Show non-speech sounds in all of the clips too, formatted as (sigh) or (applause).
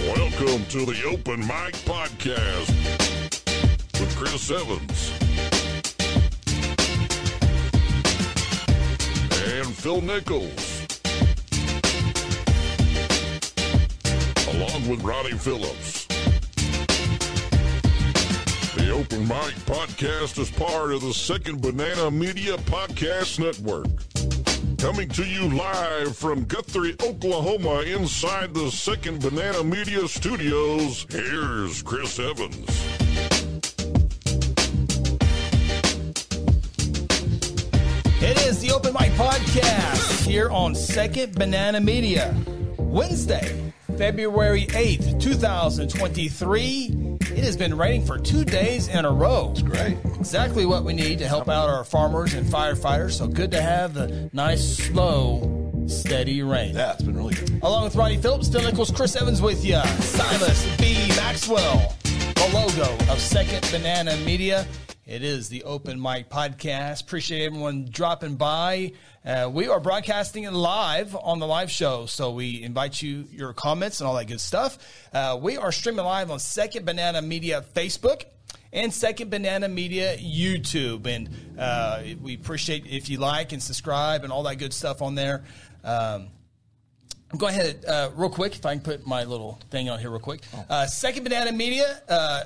Welcome to the Open Mic Podcast with Chris Evans and Phil Nichols, along with Ronnie Phillips. The Open Mic Podcast is part of the Second Banana Media Podcast Network. Coming to you live from Guthrie, Oklahoma, inside the Second Banana Media Studios, here's Chris Evans. It is the Open Mic Podcast here on Second Banana Media, Wednesday, February 8th, 2023. It has been raining for two days in a row. Great. Exactly what we need to help out our farmers and firefighters. So good to have the nice, slow, steady rain. Yeah, it's been really good. Along with Ronnie Phillips, Phil Nichols, Chris Evans with you, Silas B. Maxwell, the logo of Second Banana Media. It is the Open Mic Podcast. Appreciate everyone dropping by. Uh, we are broadcasting it live on the live show, so we invite you your comments and all that good stuff. Uh, we are streaming live on Second Banana Media Facebook and Second Banana Media YouTube. And uh, we appreciate if you like and subscribe and all that good stuff on there. Um, Go ahead, uh, real quick, if I can put my little thing on here real quick. Uh, Second Banana Media uh,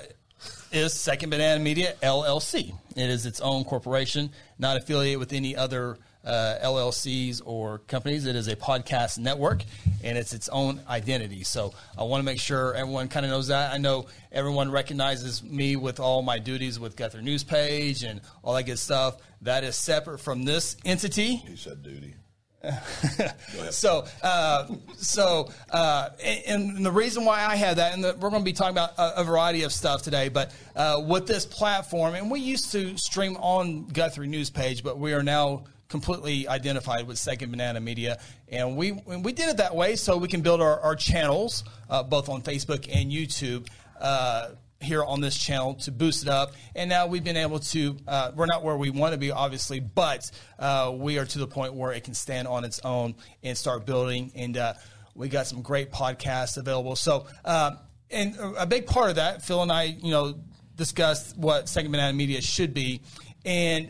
is Second Banana Media LLC. It is its own corporation, not affiliated with any other uh, LLCs or companies. It is a podcast network, and it's its own identity. So I want to make sure everyone kind of knows that. I know everyone recognizes me with all my duties with Guthrie News Page and all that good stuff. That is separate from this entity. He said duty. So, uh, so, uh, and, and the reason why I have that, and the, we're going to be talking about a, a variety of stuff today, but uh, with this platform, and we used to stream on Guthrie News Page, but we are now completely identified with Second Banana Media, and we and we did it that way so we can build our, our channels uh, both on Facebook and YouTube. Uh, here on this channel to boost it up. And now we've been able to, uh, we're not where we want to be, obviously, but uh, we are to the point where it can stand on its own and start building. And uh, we got some great podcasts available. So, uh, and a big part of that, Phil and I, you know, discussed what Second Banana Media should be. And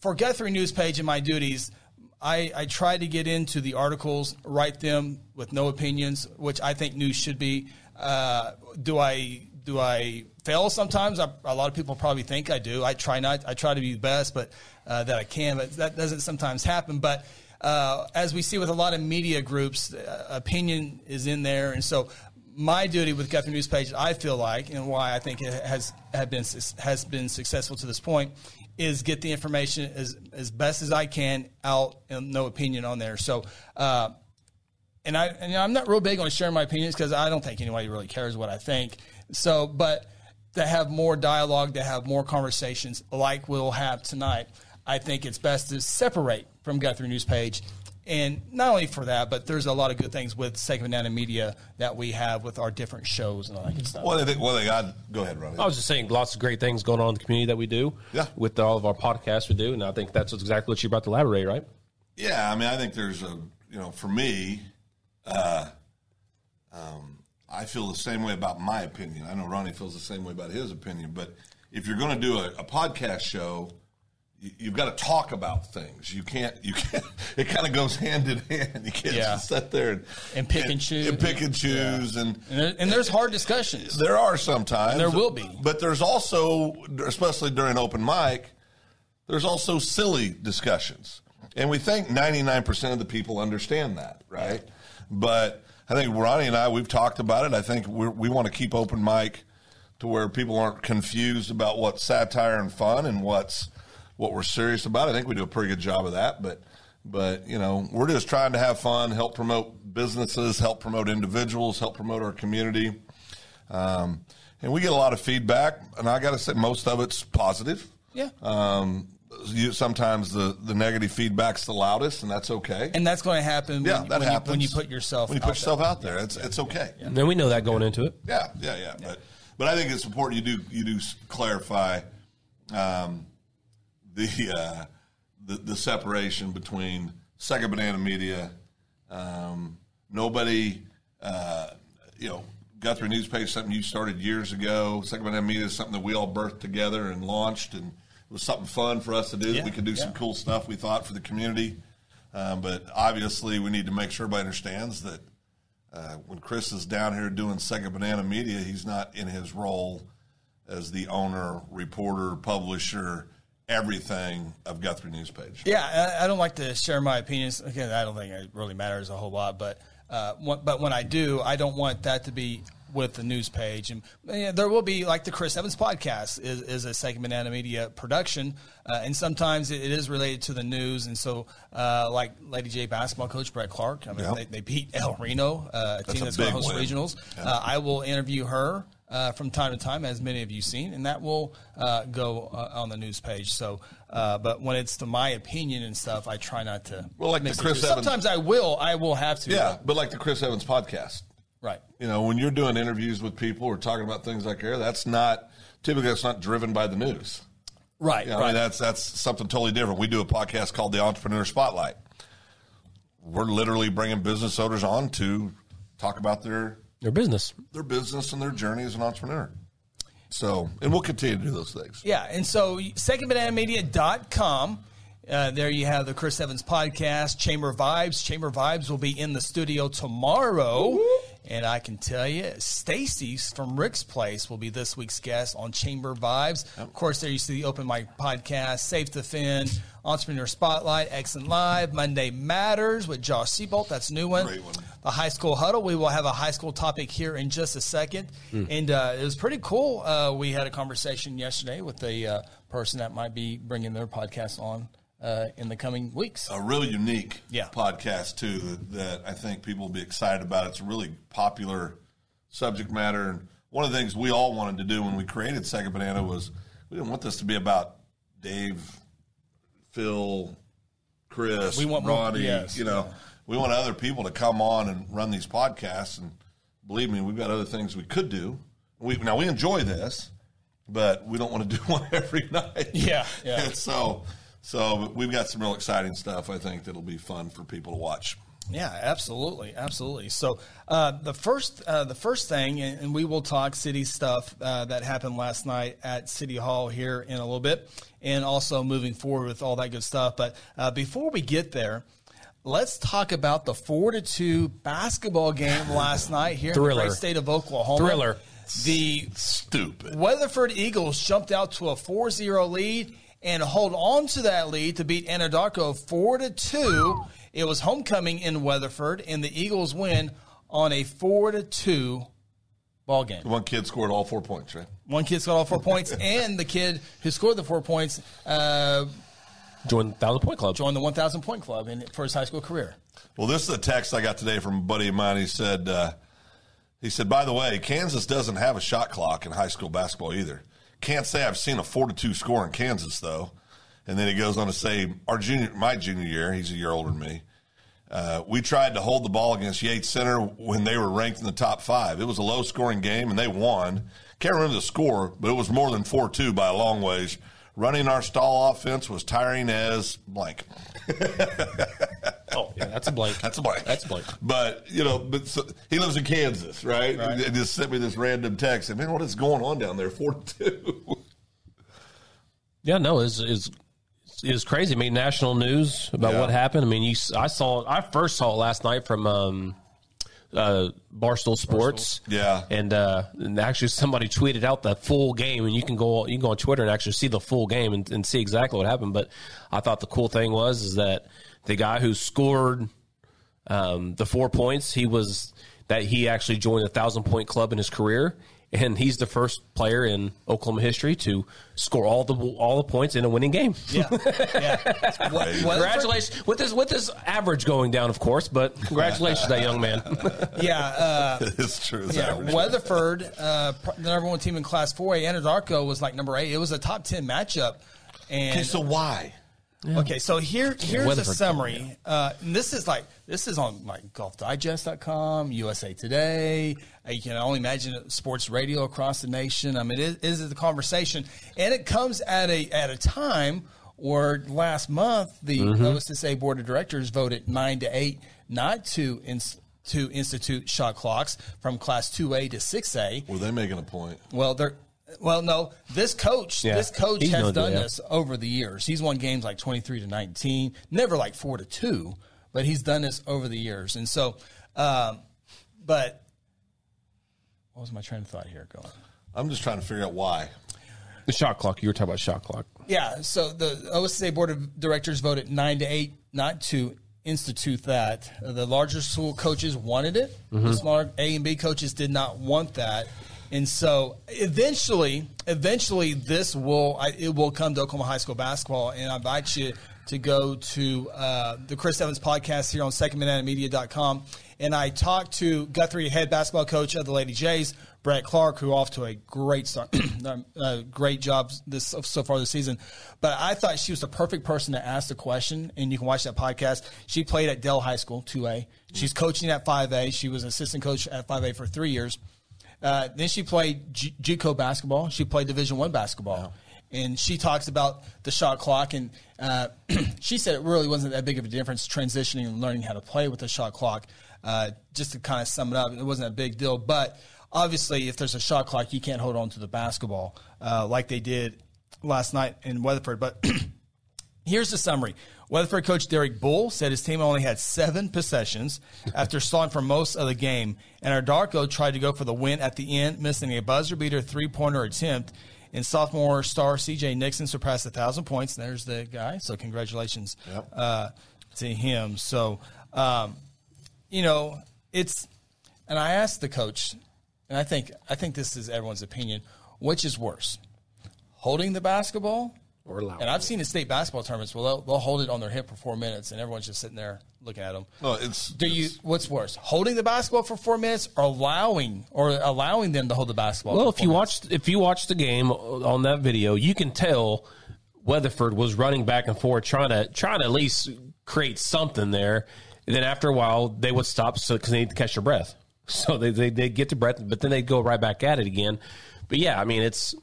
for Guthrie News Page and my duties, I, I try to get into the articles, write them with no opinions, which I think news should be. Uh, do I do I fail sometimes? I, a lot of people probably think I do. I try not. I try to be the best, but uh, that I can, but that doesn't sometimes happen. But uh, as we see with a lot of media groups, uh, opinion is in there, and so my duty with Guthrie News Page, I feel like, and why I think it has have been has been successful to this point, is get the information as as best as I can out, and no opinion on there. So. Uh, and I and I'm not real big on sharing my opinions because I don't think anybody really cares what I think. So, but to have more dialogue, to have more conversations like we'll have tonight, I think it's best to separate from Guthrie News Page. And not only for that, but there's a lot of good things with Second Banana Media that we have with our different shows and all that good stuff. Well, they, well, they got. Go ahead, Ronnie. I was just saying, lots of great things going on in the community that we do. Yeah. With all of our podcasts we do, and I think that's exactly what you're about to elaborate, right? yeah, I mean, I think there's a. You know, for me, uh, um, I feel the same way about my opinion. I know Ronnie feels the same way about his opinion. But if you're going to do a, a podcast show, you, you've got to talk about things. You can't. You can't. (laughs) It kind of goes hand in hand. You can't Yeah. just sit there and, And pick and choose. And pick and choose and. And, there- and there's hard discussions. There are sometimes. There will be. But there's also, especially during open mic, there's also silly discussions. And we think 99% of the people understand that, right? But I think Ronnie and I, we've talked about it. I think we're, we want to keep open mic to where people aren't confused about what's satire and fun and what's what we're serious about. I think we do a pretty good job of that, but but you know, we're just trying to have fun, help promote businesses, help promote individuals, help promote our community. Um, and we get a lot of feedback, and I got to say, most of it's positive. Yeah. Um, you, sometimes the, the negative feedback's the loudest, and that's okay. And that's going to happen yeah, when, that when, you, happens when you put yourself when you out put yourself out there. It's it's okay. Yeah. And then we know that going into it. Yeah, yeah, yeah. But but I think it's important you do you do s- clarify um, the, uh, the the separation between Second Banana Media. Um, nobody, uh, you know, Guthrie Newspaper, something you started years ago. Sacramento Media is something that we all birthed together and launched, and it was something fun for us to do. Yeah, that we could do some yeah. cool stuff we thought for the community. Um, but obviously, we need to make sure everybody understands that uh, when Chris is down here doing Second Banana Media, he's not in his role as the owner, reporter, publisher, everything of Guthrie Newspage. Yeah, I, I don't like to share my opinions. Again, I don't think it really matters a whole lot, but uh, what, but when I do, I don't want that to be with the news page. And yeah, there will be like the Chris Evans podcast is, is a segment and a media production, uh, and sometimes it, it is related to the news. And so, uh, like Lady J basketball coach Brett Clark, I mean, Yeah. they, they beat El Reno, uh, a team a that's going to big host win. regionals. Uh, I will interview her uh, from time to time, as many of you seen, and that will uh, go uh, on the news page. So, uh, but when it's to my opinion and stuff, I try not to. Well, like the mix the Chris two. Evans- Sometimes I will. I will have to. Yeah, but like the Chris Evans podcast. Right. You know, when you're doing interviews with people or talking about things like air, that's not typically that's not driven by the news. Right. You know, I right. mean that's that's something totally different. We do a podcast called The Entrepreneur Spotlight. We're literally bringing business owners on to talk about their Their business. their business and their journey as an entrepreneur. So, and we'll continue to do those things. Yeah, and so secondbananamedia.com. Uh, there you have the Chris Evans podcast, Chamber Vibes. Chamber Vibes will be in the studio tomorrow. And I can tell you, Stacy from Rick's Place will be this week's guest on Chamber Vibes. Of course, there you see the Open Mic podcast, Safe to Defend, Entrepreneur Spotlight, Excellent Live, Monday Matters with Josh Seabolt. That's a new one. Great one. The high school huddle. We will have a high school topic here in just a second, and uh, it was pretty cool. Uh, we had a conversation yesterday with a uh, person that might be bringing their podcast on uh, in the coming weeks. a real unique Yeah. podcast too that, that I think people will be excited about. It's a really popular subject matter, and one of the things we all wanted to do when we created Second Banana was we didn't want this to be about Dave, Phil, Chris, We want more- Ronnie. yes. You know, we want other people to come on and run these podcasts. And believe me, we've got other things we could do. We now we enjoy this, but we don't want to (laughs) do one every night. Yeah, yeah. And so, so we've got some real exciting stuff. I think that'll be fun for people to watch. Yeah, absolutely, absolutely. So uh, the first, uh, the first thing, and, and we will talk city stuff uh, that happened last night at City Hall here in a little bit, and also moving forward with all that good stuff. But uh, before we get there, let's talk about the four to two basketball game last night here in the Thriller. great state of Oklahoma. Thriller. The Stupid. Weatherford Eagles jumped out to a 4-0 lead and hold on to that lead to beat Anadarko 4 to 2. It was homecoming in Weatherford and the Eagles win on a 4 to 2 ball game. One kid scored all four points, right? One kid scored all four points and the kid who scored the four points uh, Join the Thousand Point Club. joined the 1000 point club in for his high school career. Well, this is a text I got today from a buddy of mine. He said, uh, he said, by the way, Kansas doesn't have a shot clock in high school basketball either. Can't say I've seen a four to two score in Kansas though. And then he goes on to say, our junior, my junior year, he's a year older than me. Uh, we tried to hold the ball against Yates Center when they were ranked in the top five. It was a low scoring game and they won. Can't remember the score, but it was more than 4 2 by a long ways. Running our stall offense was tiring as blank. Oh, yeah, that's a blank. (laughs) That's a blank. That's a blank. But you know, but so, he lives in Kansas, right? And And just sent me this random text. and man, what is going on down there? Forty-two. Yeah, no, it's is is crazy. I mean, national news about Yeah. what happened. I mean, you, s- I saw, I first saw it last night from um, uh, Barstool Sports. Yeah. and uh, and actually somebody tweeted out the full game, and you can go you can go on Twitter and actually see the full game and, and see exactly what happened. But I thought the cool thing was is that the guy who scored um, the four points, he was that he actually joined the thousand point club in his career, and he's the first player in Oklahoma history to score all the all the points in a winning game. Yeah. yeah. What- Weatherford- Congratulations with his with his average going down, of course, but congratulations to that young man. Yeah. Uh, (laughs) it's true. It's Yeah, average. Weatherford, uh, pr- the number one team in Class 4A. Anadarko was like number eight. It was a top 10 matchup. And Okay, so why? Okay, so here here's a Weatherford. summary. Uh, and this is like this is on like golfdigest.com, USA Today. Uh, you can only imagine sports radio across the nation. I mean, it is it the conversation, and it comes at a at a time where last month the OSSA board of directors voted nine to eight not to ins- to institute shot clocks from class 2A to 6A. Were they making a point? Well, they're well, no. This coach, Yeah. this coach He's has known to done do that. this over the years. He's won games like twenty three to nineteen, never like four to two, but he's done this over the years. And so, um, but what was my train of thought here going? I'm just trying to figure out why. (laughs) The shot clock. You were talking about shot clock. Yeah. So the OSA board of directors voted nine to eight not to institute that. The larger school coaches wanted it. The smaller A and B coaches did not want that. And so eventually, eventually, this will I- it will come to Oklahoma high school basketball. And I invite you to go to uh, the Chris Evans podcast here on secondminutedmedia.com. And I talked to Guthrie, head basketball coach of the Lady Jays, Brett Clark, who off to a great start, (clears throat) uh, great job this so far this season. But I thought she was the perfect person to ask the question, and you can watch that podcast. She played at Dell High School, 2A. She's coaching at 5A. She was assistant coach at 5A for three years. Uh, then she played Ju- JUCO basketball. She played Division One basketball, and she talks about the shot clock. And uh, (clears throat) she said it really wasn't that big of a difference transitioning and learning how to play with the shot clock. Uh, just to kind of sum it up, it wasn't a big deal. But obviously, if there's a shot clock, you can't hold on to the basketball uh, like they did last night in Weatherford. But (clears throat) Here's the summary. Weatherford coach Derek Bull said his team only had seven possessions after stalling for most of the game, and our Darko tried to go for the win at the end, missing a buzzer beater three pointer attempt. And sophomore star CJ Nixon surpassed a thousand points. And there's the guy. So congratulations uh, to him. So um, you know, it's and I asked the coach, and I think I think this is everyone's opinion, which is worse, holding the basketball Or allowing And I've seen in state basketball tournaments, well, they'll, they'll hold it on their hip for four minutes, and everyone's just sitting there looking at them. No, Oh, it's Do you? it's- What's worse, holding the basketball for four minutes, or allowing or allowing them to hold the basketball? Well, for if four you minutes? watched if you watched the game on that video, you can tell Weatherford was running back and forth trying to trying to at least create something there. And then after a while, they would stop so because they need to catch their breath. (laughs) So they they they get their breath, but then they would go right back at it again. But yeah, I mean it's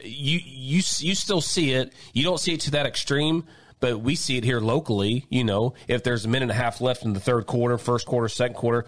you you you still see it. You don't see it to that extreme, but we see it here locally. You know, if there's a minute and a half left in the third quarter, first quarter, second quarter,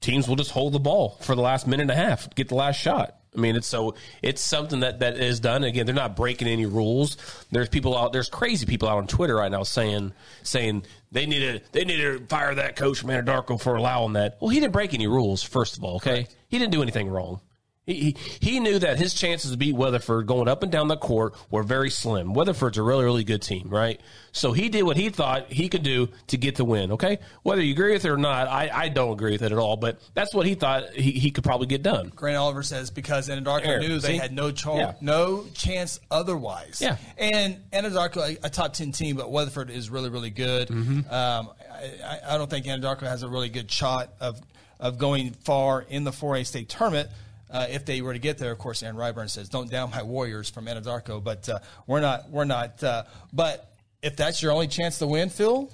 teams will just hold the ball for the last minute and a half, get the last shot. I mean, it's so it's something that that is done. Again, they're not breaking any rules. There's people out. There's crazy people out on Twitter right now saying saying they need to they need to fire that coach Amanda Darko for allowing that. Well, he didn't break any rules. First of all, okay, he didn't do anything wrong. He, he he knew that his chances to beat Weatherford going up and down the court were very slim. Weatherford's a really, really good team, right? So he did what he thought he could do to get the win, okay? Whether you agree with it or not, I, I don't agree with it at all, but that's what he thought he, he could probably get done. Grant Oliver says because Anadarko Air, knew they see? had no cho- Yeah. no chance otherwise. Yeah. and Anadarko a, a top ten team, but Weatherford is really really good. Mm-hmm. Um, I, I- I don't think Anadarko has a really good shot of of going far in the 4A state tournament. Uh, if they were to get there, of course, Aaron Ryburn says, "Don't down my Warriors from Anadarko," but uh, we're not we're not. Uh, but if that's your only chance to win, Phil,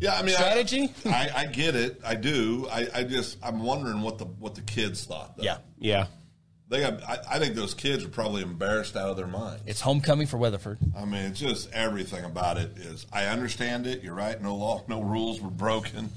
yeah, I mean, I- strategy? (laughs) I, I get it. I do. I, I just I'm wondering what the what the kids thought. Though. Yeah. they got. I, I think those kids are probably embarrassed out of their mind. it's homecoming for Weatherford. I mean, it's just everything about it is. I understand it. You're right. No law, no rules were broken,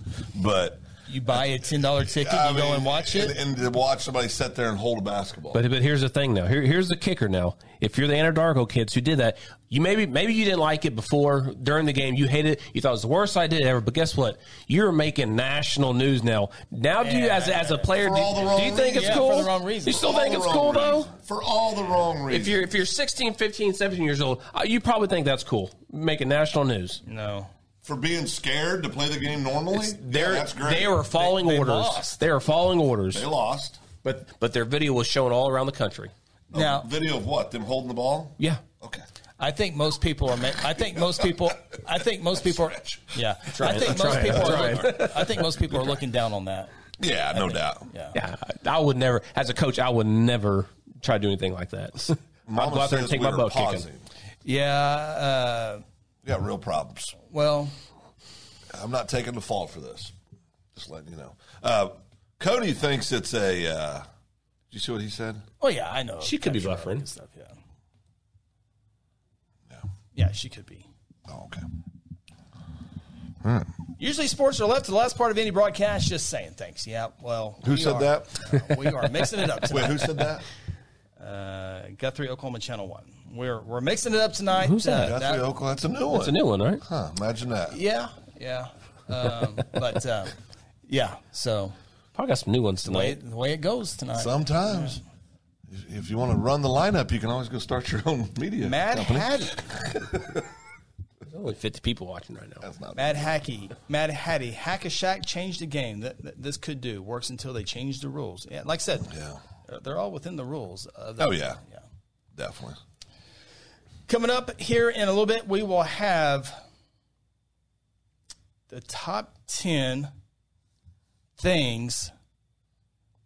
but You buy a ten dollar ticket, you I go mean, and watch it. and, and to watch somebody sit there and hold a basketball. But but here's the thing now. Here, here's the kicker now. If you're the Anadarko kids who did that, you maybe maybe you didn't like it before during the game. You hated it. You thought it was the worst idea ever. But guess what? You're making national news now. Now do you as as a player For do, all the wrong do you think it's reasons. Yeah, cool? for the wrong reasons. You still All think the it's wrong cool though? reasons. For all the wrong reasons. If you're if you're 16, 15, 17 years old, uh, you probably think that's cool. Making national news. No. for being scared to play the game normally, They're, yeah, that's great. They were following They- they orders. lost. They are following orders. They lost. But but their video was shown all around the country. Now, Video of what? Them holding the ball? Yeah. Okay. I think most people are. Ma- I think most people. I think most people. Are, yeah, I it. think most Try it. people. Are Try look- I think most people are looking down on that. Yeah, no doubt. Yeah. Yeah, I- I would never, as a coach, I would never try to do anything (laughs) like that. I'll go out there and says take we my were butt kicking. pausing. Yeah. Uh, We got real problems. well, I'm not taking the fall for this. Just letting you know. Uh, Cody thinks it's a. Uh, did you see what he said? oh yeah, I know. She could be That's right, buffering. good Stuff, yeah. No. yeah, she could be. Oh, okay. Usually sports are left to the last part of any broadcast just saying thanks. Yeah, well. Who we said are- that? uh, we are mixing it up (laughs) Wait, tonight. who said that? (laughs) Uh, Guthrie, Oklahoma Channel 1. We're, we're mixing it up tonight. Who's that? Uh, Guthrie, Oklahoma. That's a new one. It's a new one, right? Huh, imagine that. Yeah, yeah. Um, but um, yeah, so Probably got some new ones the way, tonight. the way it goes tonight. Sometimes, if- if you want to run the lineup, you can always go start your own (laughs) media Mad company. Hattie. There's only 50 people watching right now. That's not Mad Hacky, Mad Hattie, Hack a Shack changed the game. That, that- this could do works until they change the rules. Yeah, like I said, Yeah. they're- they're all within the rules. Of the, Oh, yeah. yeah. Definitely. Coming up here in a little bit, we will have the top ten things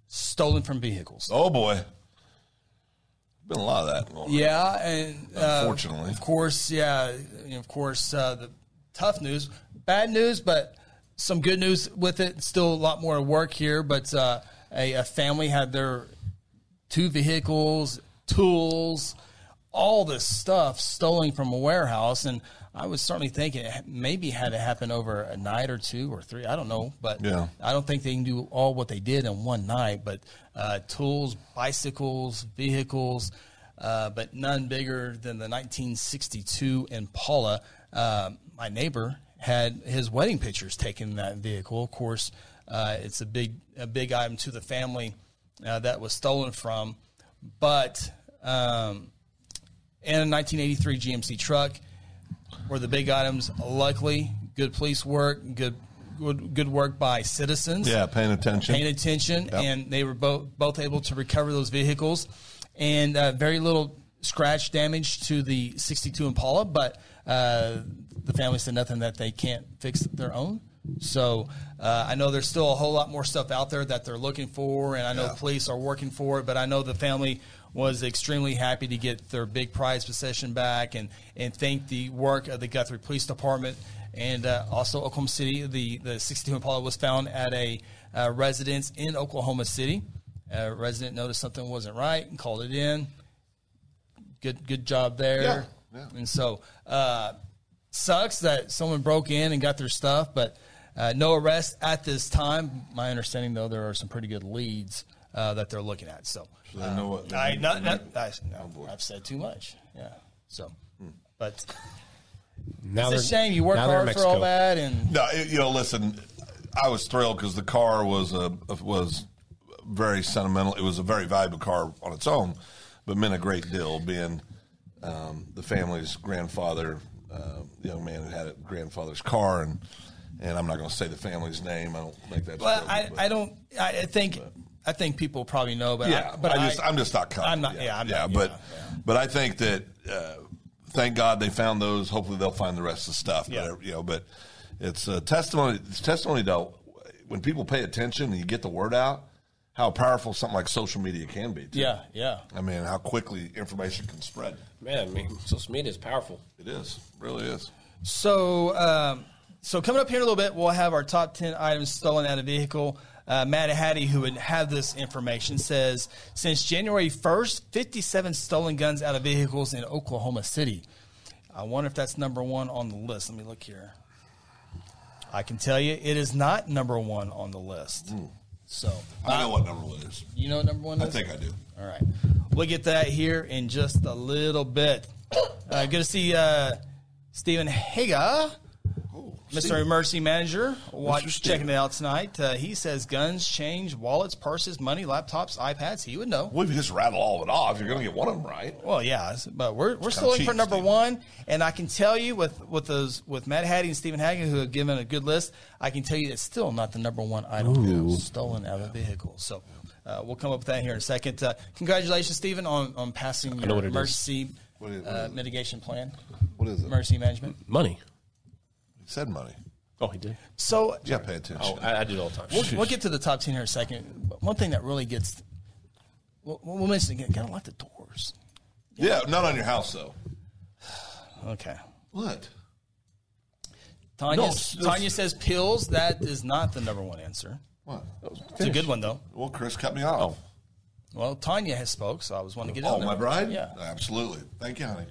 stolen from vehicles. Oh, boy. Been a lot of that. going on. Yeah, and uh, Unfortunately. of course, yeah, you know, of course, uh, the tough news, bad news, but some good news with it. Still a lot more work here, but uh, a, a family had their two vehicles, tools, all this stuff stolen from a warehouse, and I was certainly thinking it maybe had it happen over a night or two or three. I don't know, but Yeah. I don't think they can do all what they did in one night, but uh, tools, bicycles, vehicles, uh, but none bigger than the 1962 Impala. Uh, my neighbor had his wedding pictures taken in that vehicle. Of course, uh, it's a big a big item to the family uh, that was stolen from, but um, and a 1983 GMC truck were the big items. Luckily, good police work, good good, good work by citizens Yeah, paying attention. paying attention, and they were both both able to recover those vehicles, and uh, very little scratch damage to the 62 Impala. But uh, the family said nothing that they can't fix their own. So uh, I know there's still a whole lot more stuff out there that they're looking for, and I know police are working for it. But I know the family was extremely happy to get their big prize possession back, and and thank the work of the Guthrie Police Department. And uh, also Oklahoma City, the, the 62 Impala was found at a uh, residence in Oklahoma City. A resident noticed something wasn't right and called it in. Good, good job there. Yeah, yeah. And so, uh, sucks that someone broke in and got their stuff, but uh, no arrest at this time. My understanding, though, there are some pretty good leads uh, that they're looking at. So, uh, So they know what- I, not, not, I, boy. Hmm. have said too much. Yeah. So, but Now it's a they're- shame you work now they're in hard for all Mexico. that, and No, it, you know, listen, I was thrilled because the car was a was very sentimental. It was a very valuable car on its own, but meant a great deal being um, the family's grandfather, uh, young man who had a grandfather's car, and and I'm not going to say the family's name. I don't think that's well, I, appropriate, I don't. I I think I think people probably know, but yeah, I, but I, just I'm just not confident. I'm not- yeah, I'm not- but yeah, but I think that uh, thank God they found those. Hopefully they'll find the rest of the stuff. Yeah. But, you know, but it's a testimony. It's testimony though. When people pay attention and you get the word out, how powerful something like social media can be. Too. yeah, yeah. I mean, how quickly information can spread. Man, I mean, social media is powerful. It is really is. So, um, so coming up here in a little bit, we'll have our top ten items stolen out of vehicle. Uh, Matt Hattie, who would have this information, says since January first, fifty-seven stolen guns out of vehicles in Oklahoma City. I wonder if that's number one on the list. Let me look here. I can tell you, it is not number one on the list. So, I know what number one is. you know what number one Hmm. I is? think I do. All right. We'll get that here in just a little bit. Uh, good to see uh, Stephen Haga, Mr. Emergency Manager, watch, Steven. checking it out tonight. Uh, he says guns, change, wallets, purses, money, laptops, iPads. He would know. Well, if you just rattle all of it off, you're going to get one of them right. Well, yeah, it's- but we're, we're still looking for cheap, number Stephen. one, and I can tell you with with those with Matt Hattie and Stephen Hagen, who have given a good list, I can tell you it's still not the number one item stolen out of vehicles. So uh, we'll come up with that here in a second. Uh, congratulations, Stephen, on, on passing know your what it is. emergency What is- what uh, is it? mitigation plan, What is it? emergency management. Money. He said money. Oh, he did. So Yeah, pay attention. Oh, I, I did all the time. we'll, we'll get to the top ten here in a second. But one thing that really gets we'll, we'll mention again, gotta lock the doors. yeah, not on your house though. Okay. What? Tanya, No, it's- Tanya says pills. That is not the number one answer. What? It's a good one though. Well, Chris cut me off. Well, Tanya has spoke, so I was wanting to get. Oh, in there. my bride? Yeah. Absolutely. Thank you, honey.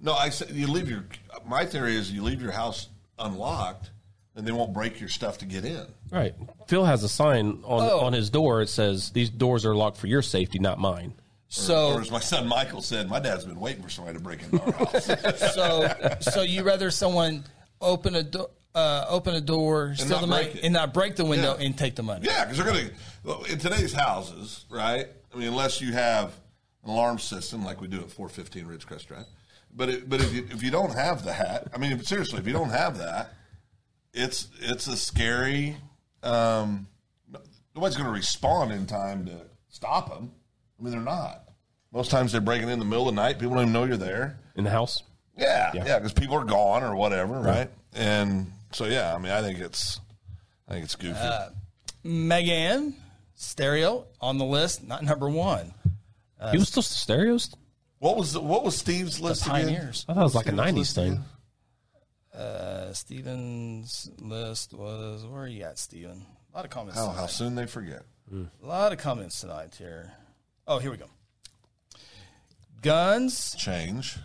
No, I said you leave your. My theory is you leave your house unlocked and they won't break your stuff to get in. Right. Phil has a sign on Oh. on his door. It says, "These doors are locked for your safety, not mine." Or So, as my son Michael said, my dad's been waiting for somebody to break into our (laughs) house. so, so you rather someone open a door, uh, open a door, steal not the money, break it. and not break the window Yeah. and take the money. Yeah, because they're going to in today's houses, right? I mean, unless you have an alarm system like we do at four fifteen Ridgecrest Drive, but it, but if you, if you don't have that, I mean, if- seriously, if you don't have that, it's it's a scary. Um, nobody's going to respond in time to stop them. I mean, they're not. Most times they're breaking in the middle of the night. People don't even know you're there. In the house. Yeah, yeah, because people are gone or whatever, right? And so, yeah, I mean, I think it's, I think it's goofy. Megan Stereo on the list, not number one. Uh, he was still stereos. What was the, what was Steve's list again? Pioneers. I thought it was like a Stereos '90s listed. thing. Uh, Steven's list was where are you at, Steven? A lot of comments. Oh, tonight. how soon they forget. A lot of comments tonight here. Oh, here we go. Guns, Change,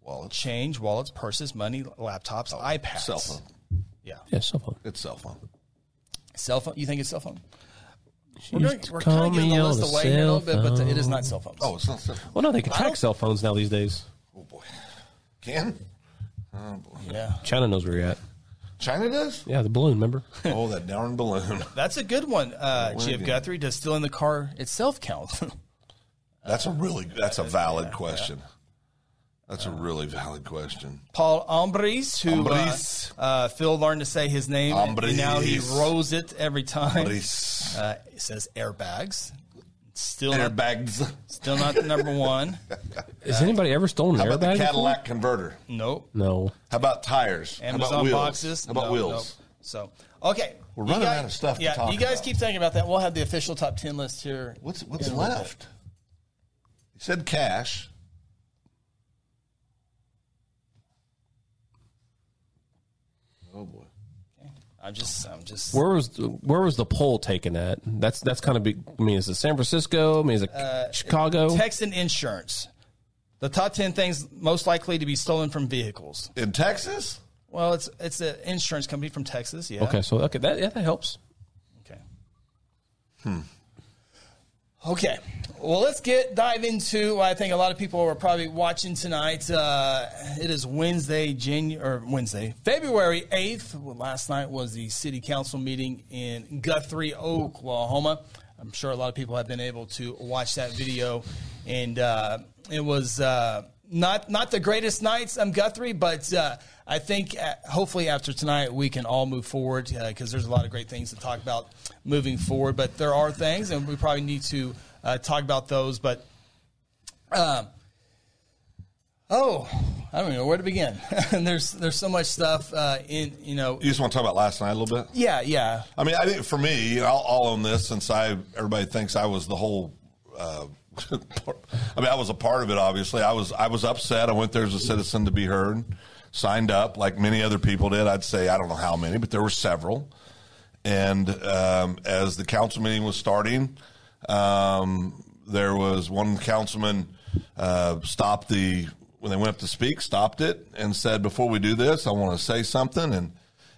wallet, change, wallets, purses, money, laptops, iPads, Oh, cell phone. Yeah, Yeah, cell phone. It's cell phone. cell phone. You think it's cell phone? She We're, used doing, to we're call kind of giving me the on list the away here a little cell bit, but phone. it is not cell phones. Oh, it's not cell phone. Well, no, they can don't- track cell phones now these days. Oh boy, can oh boy, yeah, China knows where you're at. China does? Yeah, the balloon. Remember? (laughs) oh, that darn balloon. that's a good one. Uh, G.F. again. Guthrie, does still in the car itself count? (laughs) That's a really that's a valid question. That's a really valid question. Paul Ambris, who uh, Ambris. Uh, Phil learned to say his name, and now he Ambris. rolls it every time. Police Uh, it says airbags. Still not airbags. Still not the number (laughs) one. Has anybody ever stolen an How about the airbag? before? Cadillac converter? Nope. No. How about tires? How about Amazon wheels? boxes. How about No, wheels? nope. So okay, We're You running guys- out of stuff to Yeah, talk you guys about. keep thinking about that. We'll have the official top ten list here. What's what's in a little left? He said cash. Oh boy. bit. I'm just, I'm just. Where was the, where was the poll taken at? That's that's kind of big. I mean, is it San Francisco? I mean, is it Uh, Chicago? Texan insurance. The top ten things most likely to be stolen from vehicles. In Texas? Well, it's it's an insurance company from Texas. Yeah. Okay, so okay, that yeah, that helps. Okay. Hmm. Okay. Well, let's get dive into. what I think a lot of people are probably watching tonight. Uh, it is Wednesday, January or Wednesday, February eighth. Well, last night was the city council meeting in Guthrie, Oklahoma. I'm sure a lot of people have been able to watch that video, and uh, it was uh, not not the greatest nights. I'm Guthrie, but uh, I think uh, hopefully after tonight we can all move forward because there's a lot of great things to talk about moving forward. But there are things, and we probably need to uh, talk about those. But um, oh, I don't even know where to begin. (laughs) and there's there's so much stuff uh, in you know. You just want to talk about last night a little bit? Yeah, yeah. I mean, I think for me, and I'll, I'll own this since I everybody thinks I was the whole. Uh, (laughs) part- I mean, I was a part of it. Obviously, I was I was upset. I went there as a citizen to be heard, signed up like many other people did. I'd say I don't know how many, but there were several. And um, as the council meeting was starting, um, there was one councilman uh, stopped the when they went up to speak, stopped it and said, "Before we do this, I want to say something." And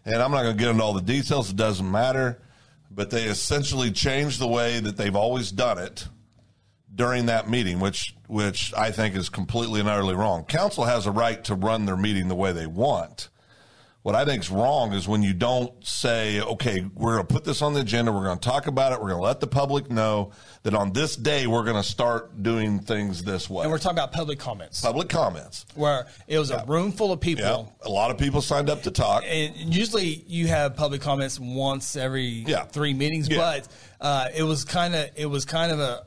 and I'm not going to get into all the details; it doesn't matter. But they essentially changed the way that they've always done it during that meeting, which which I think is completely and utterly wrong. Council has a right to run their meeting the way they want. What I think is wrong is when you don't say, okay, we're going to put this on the agenda. We're going to talk about it. We're going to let the public know that on this day, we're going to start doing things this way. And we're talking about public comments, public comments. where it was a room full of people. Yeah. A lot of people signed up to talk. and usually you have public comments once every Yeah. three meetings, Yeah. but uh, it was kind of it was kind of a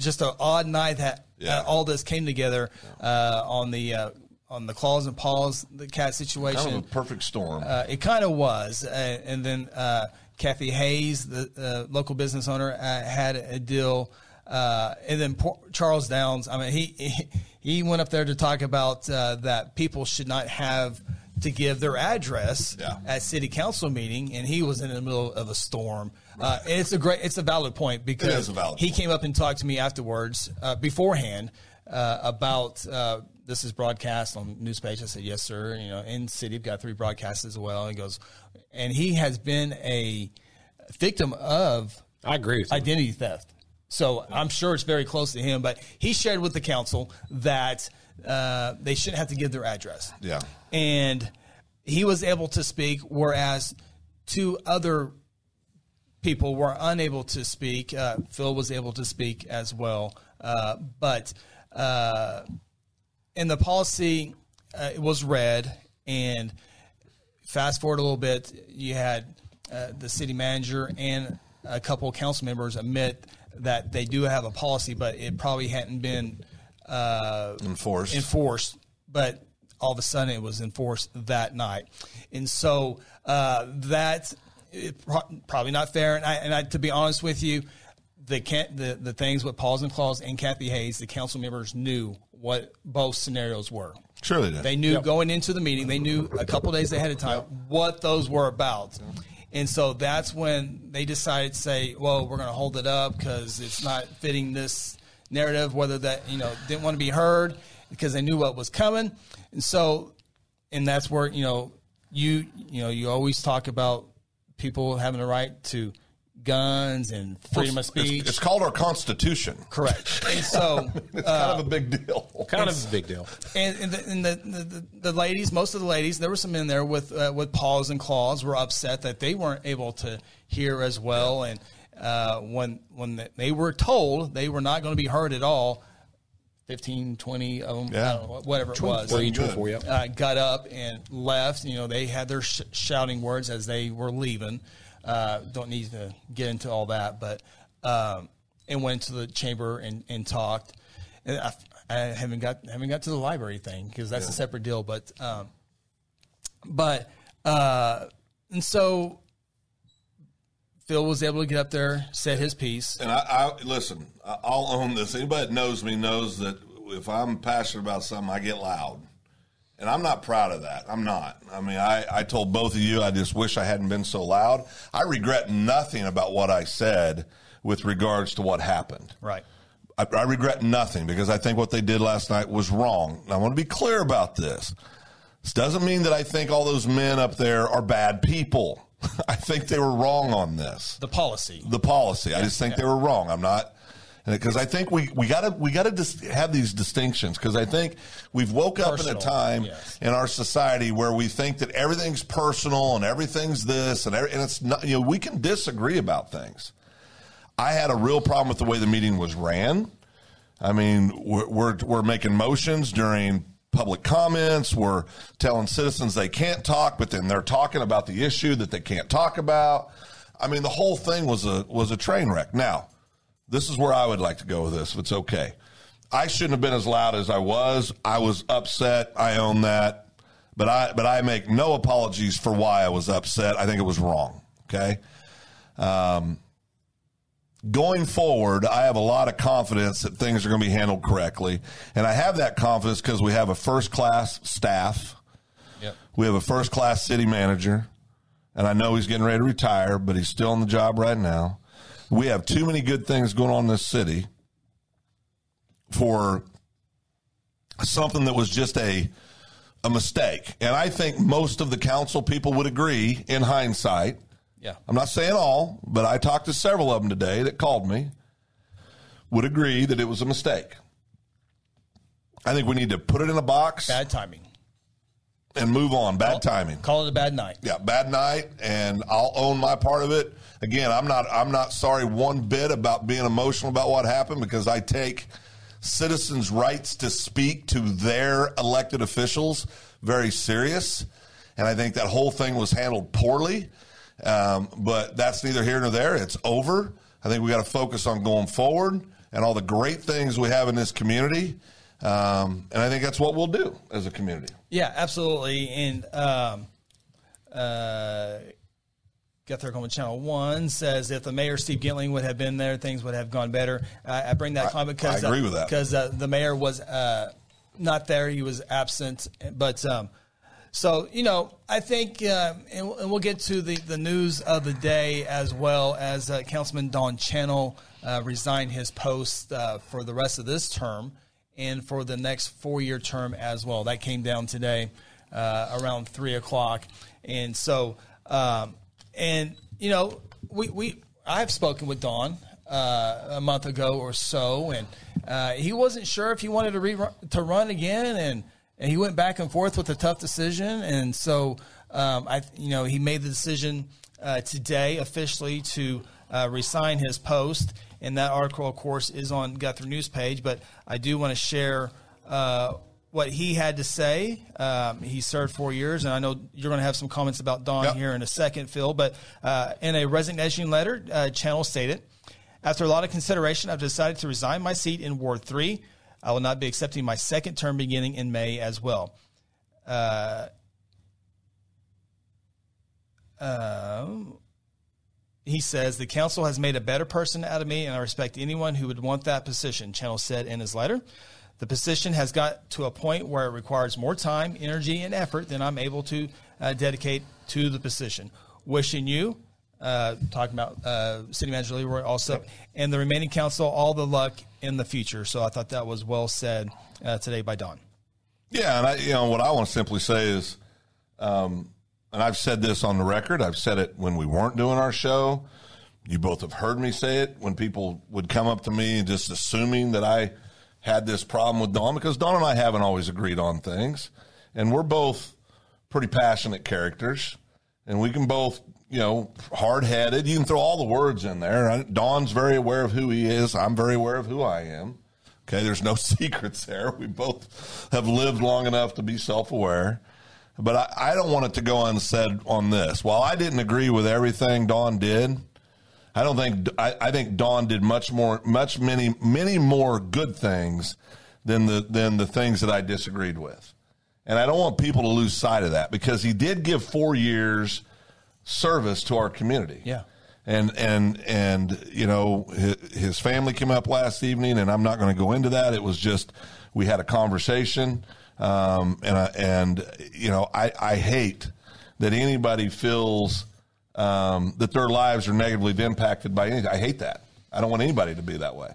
just an odd night that Yeah. uh, all this came together uh, on the uh, on the claws and paws the cat situation. Kind of a perfect storm. Uh, it kind of was. Uh, and then uh, Kathy Hayes, the uh, local business owner, uh, had a deal. Uh, and then poor Charles Downs, I mean, he (laughs) he went up there to talk about uh, that people should not have to give their address Yeah. at city council meeting, and he was in the middle of a storm. Uh, and it's a great, it's a valid point because a valid he point. came up and talked to me afterwards, uh, beforehand, uh, about uh, this is broadcast on Newspage. I said, yes, sir. You know, in city, we've got three broadcasts as well. And he goes, and he has been a victim of I agree with you. identity theft. So I'm sure it's very close to him, but he shared with the council that uh, they shouldn't have to give their address. Yeah. And he was able to speak, whereas two other people were unable to speak. Uh, Phil was able to speak as well. Uh, but uh, and the policy uh, it was read and fast forward a little bit you had uh, the city manager and a couple of council members admit that they do have a policy but it probably hadn't been uh, Enforced. enforced but all of a sudden it was enforced that night and so uh, that it pro- probably not fair and, I, and I, to be honest with you the, can- the the things with Pauls and Claus and Kathy Hayes, the council members knew what both scenarios were. Sure they did. They knew going into the meeting, they knew a couple days ahead of time what those were about. And so that's when they decided to say, well, we're going to hold it up because it's not fitting this narrative, whether that, you know, didn't want to be heard because they knew what was coming. And so, and that's where, you know, you, you know, you always talk about people having the right to guns and freedom of It's- speech. It's, called our Constitution. Correct. And so, (laughs) It's kind of a big deal. kind of a big deal. and, and, the, and the, the the ladies, most of the ladies, there were some in there with uh, with paws and claws, were upset that they weren't able to hear as well, and uh, when when they were told they were not going to be heard at all, 15, 20 of them, Yeah. whatever it was, Three, twenty-four, yeah. uh, got up and left. You know, they had their sh- shouting words as they were leaving. Uh, don't need to get into all that, but um, and went to the chamber and, and talked. And I, I haven't got haven't got to the library thing because that's a separate deal. But um, but uh, and so Phil was able to get up there, said his piece. And I, I listen. I- I'll own this. Anybody that knows me knows that if I'm passionate about something, I get loud, and I'm not proud of that. I'm not. I mean, I, I told both of you I just wish I hadn't been so loud. I regret nothing about what I said with regards to what happened. Right. I, I regret nothing because I think what they did last night was wrong. And I want to be clear about this. This doesn't mean that I think all those men up there are bad people. (laughs) I think they were wrong on this The policy. the policy. I just think they were wrong. I'm not because I think we we gotta we gotta dis- have these distinctions because I think we've woke up in Personal, a time yes. in our society where we think that everything's personal and everything's this and every, and it's not. You know, we can disagree about things. I had a real problem with the way the meeting was ran. I mean, we're, we're, we're making motions during public comments. We're telling citizens they can't talk, but then they're talking about the issue that they can't talk about. I mean, the whole thing was a was a train wreck. Now, this is where I would like to go with this. If it's okay, I shouldn't have been as loud as I was. I was upset. I own that, but I but I make no apologies for why I was upset. I think it was wrong. Okay going forward, I have a lot of confidence that things are going to be handled correctly. And I have that confidence because we have a first class staff. Yep. We have a first class city manager. And I know he's getting ready to retire, but he's still on the job right now. We have too many good things going on in this city for something that was just a a mistake. And I think most of the council people would agree in hindsight Yeah. I'm not saying all, but I talked to several of them today that called me, would agree that it was a mistake. I think we need to put it in a box Bad timing. and move on. Bad timing. Call it a bad night. Yeah, bad night, and I'll own my part of it. Again, I'm not I'm not sorry one bit about being emotional about what happened because I take citizens' rights to speak to their elected officials very serious, and I think that whole thing was handled poorly. Um, but that's neither here nor there. It's over. I think we got to focus on going forward and all the great things we have in this community, um, and I think that's what we'll do as a community. Yeah, absolutely. And um, uh, Guthrie Coleman Channel One says if the mayor Steve Gitling would have been there, things would have gone better. I I bring that comment because I agree with that. because uh, the mayor was uh, not there; he was absent. But um, so you know, I think, um, and, we'll- and we'll get to the, the news of the day as well as uh, Councilman Don Channel uh, resigned his post uh, for the rest of this term, and for the next four year term as well. That came down today uh, around three o'clock, and so um, and you know we we I've spoken with Don uh, a month ago or so, and uh, he wasn't sure if he wanted to re- to run again, and and he went back and forth with a tough decision, and so um, I you know he made the decision uh, today officially to uh, resign his post, and that article, of course, is on Guthrie News page. But I do want to share uh, what he had to say. Um, he served four years, and I know you're going to have some comments about Don Yep. here in a second, Phil. But uh, in a resignation letter, uh, Channel stated, after a lot of consideration, I've decided to resign my seat in Ward Three. I will not be accepting my second term beginning in May as well. He says, The council has made a better person out of me, and I respect anyone who would want that position, Channel said in his letter. The position has got to a point where it requires more time, energy, and effort than I'm able to uh, dedicate to the position. Wishing you, uh, talking about uh, City Manager Leroy also, and the remaining council all the luck in the future. So I thought that was well said uh, today by Don. Yeah, and I, you know what I want to simply say is, um, and I've said this on the record. I've said it when we weren't doing our show. You both have heard me say it when people would come up to me and just assuming that I had this problem with Don because Don and I haven't always agreed on things, and we're both pretty passionate characters, and we can both. You know, hard headed. You can throw all the words in there. I- Don's very aware of who he is. I'm very aware of who I am. Okay, there's no (laughs) secrets there. We both have lived long enough to be self aware. But I, I don't want it to go unsaid on this. While I didn't agree with everything Dawn did, I don't think I, I think Dawn did much more much many many more good things than the than the things that I disagreed with. And I don't want people to lose sight of that because he did give four years service to our community Yeah. and and and you know his, his family came up last evening, and I'm not going to go into that. It was just we had a conversation, um, and I, and you know I I hate that anybody feels um, that their lives are negatively impacted by anything. I hate that. I don't want anybody to be that way.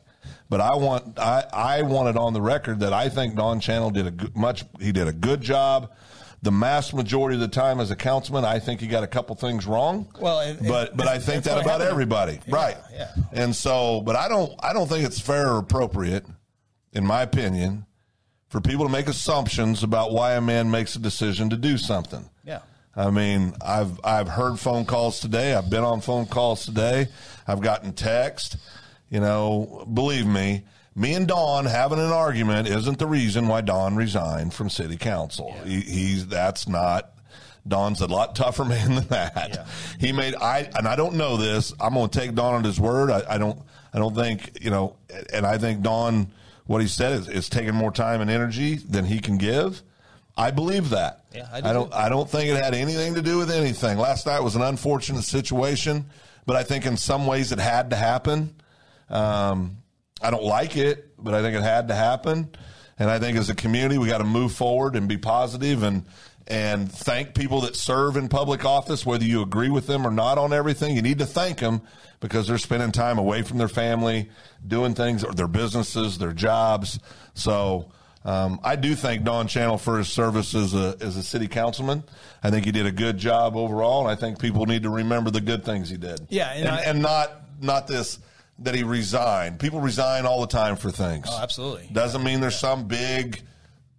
But I want I I want it on the record that I think Don Channel did a good, much he did a good job. The mass majority of the time as a councilman, I think he got a couple things wrong Well, and- and- but but I think that's that what about happened. everybody, right? yeah. And so, but I don't I don't think it's fair or appropriate, in my opinion, for people to make assumptions about why a man makes a decision to do something. Yeah. I mean, I've I've heard phone calls today. I've been on phone calls today. I've gotten text. You know, believe me, me and Don having an argument isn't the reason why Don resigned from city council. He, he's that's not. Don's a lot tougher (laughs) man than that. He made I and I don't know this. I'm going to take Don at his word. I, I don't I don't think you know, and I think Don what he said is, is taking more time and energy than he can give. I believe that. Yeah, I I, do don't. I don't think it had anything to do with anything. Last night was an unfortunate situation, but I think in some ways it had to happen. Um, I don't like it, but I think it had to happen. And I think as a community, we got to move forward and be positive and and thank people that serve in public office, whether you agree with them or not on everything. You need to thank them because they're spending time away from their family, doing things or their businesses, their jobs. So. Um, I do thank Don Channel for his service as a as a city councilman. I think he did a good job overall, and I think people need to remember the good things he did. Yeah, and and, I- and not not this that he resigned. People resign all the time for things. Oh, absolutely. Doesn't mean there's some big,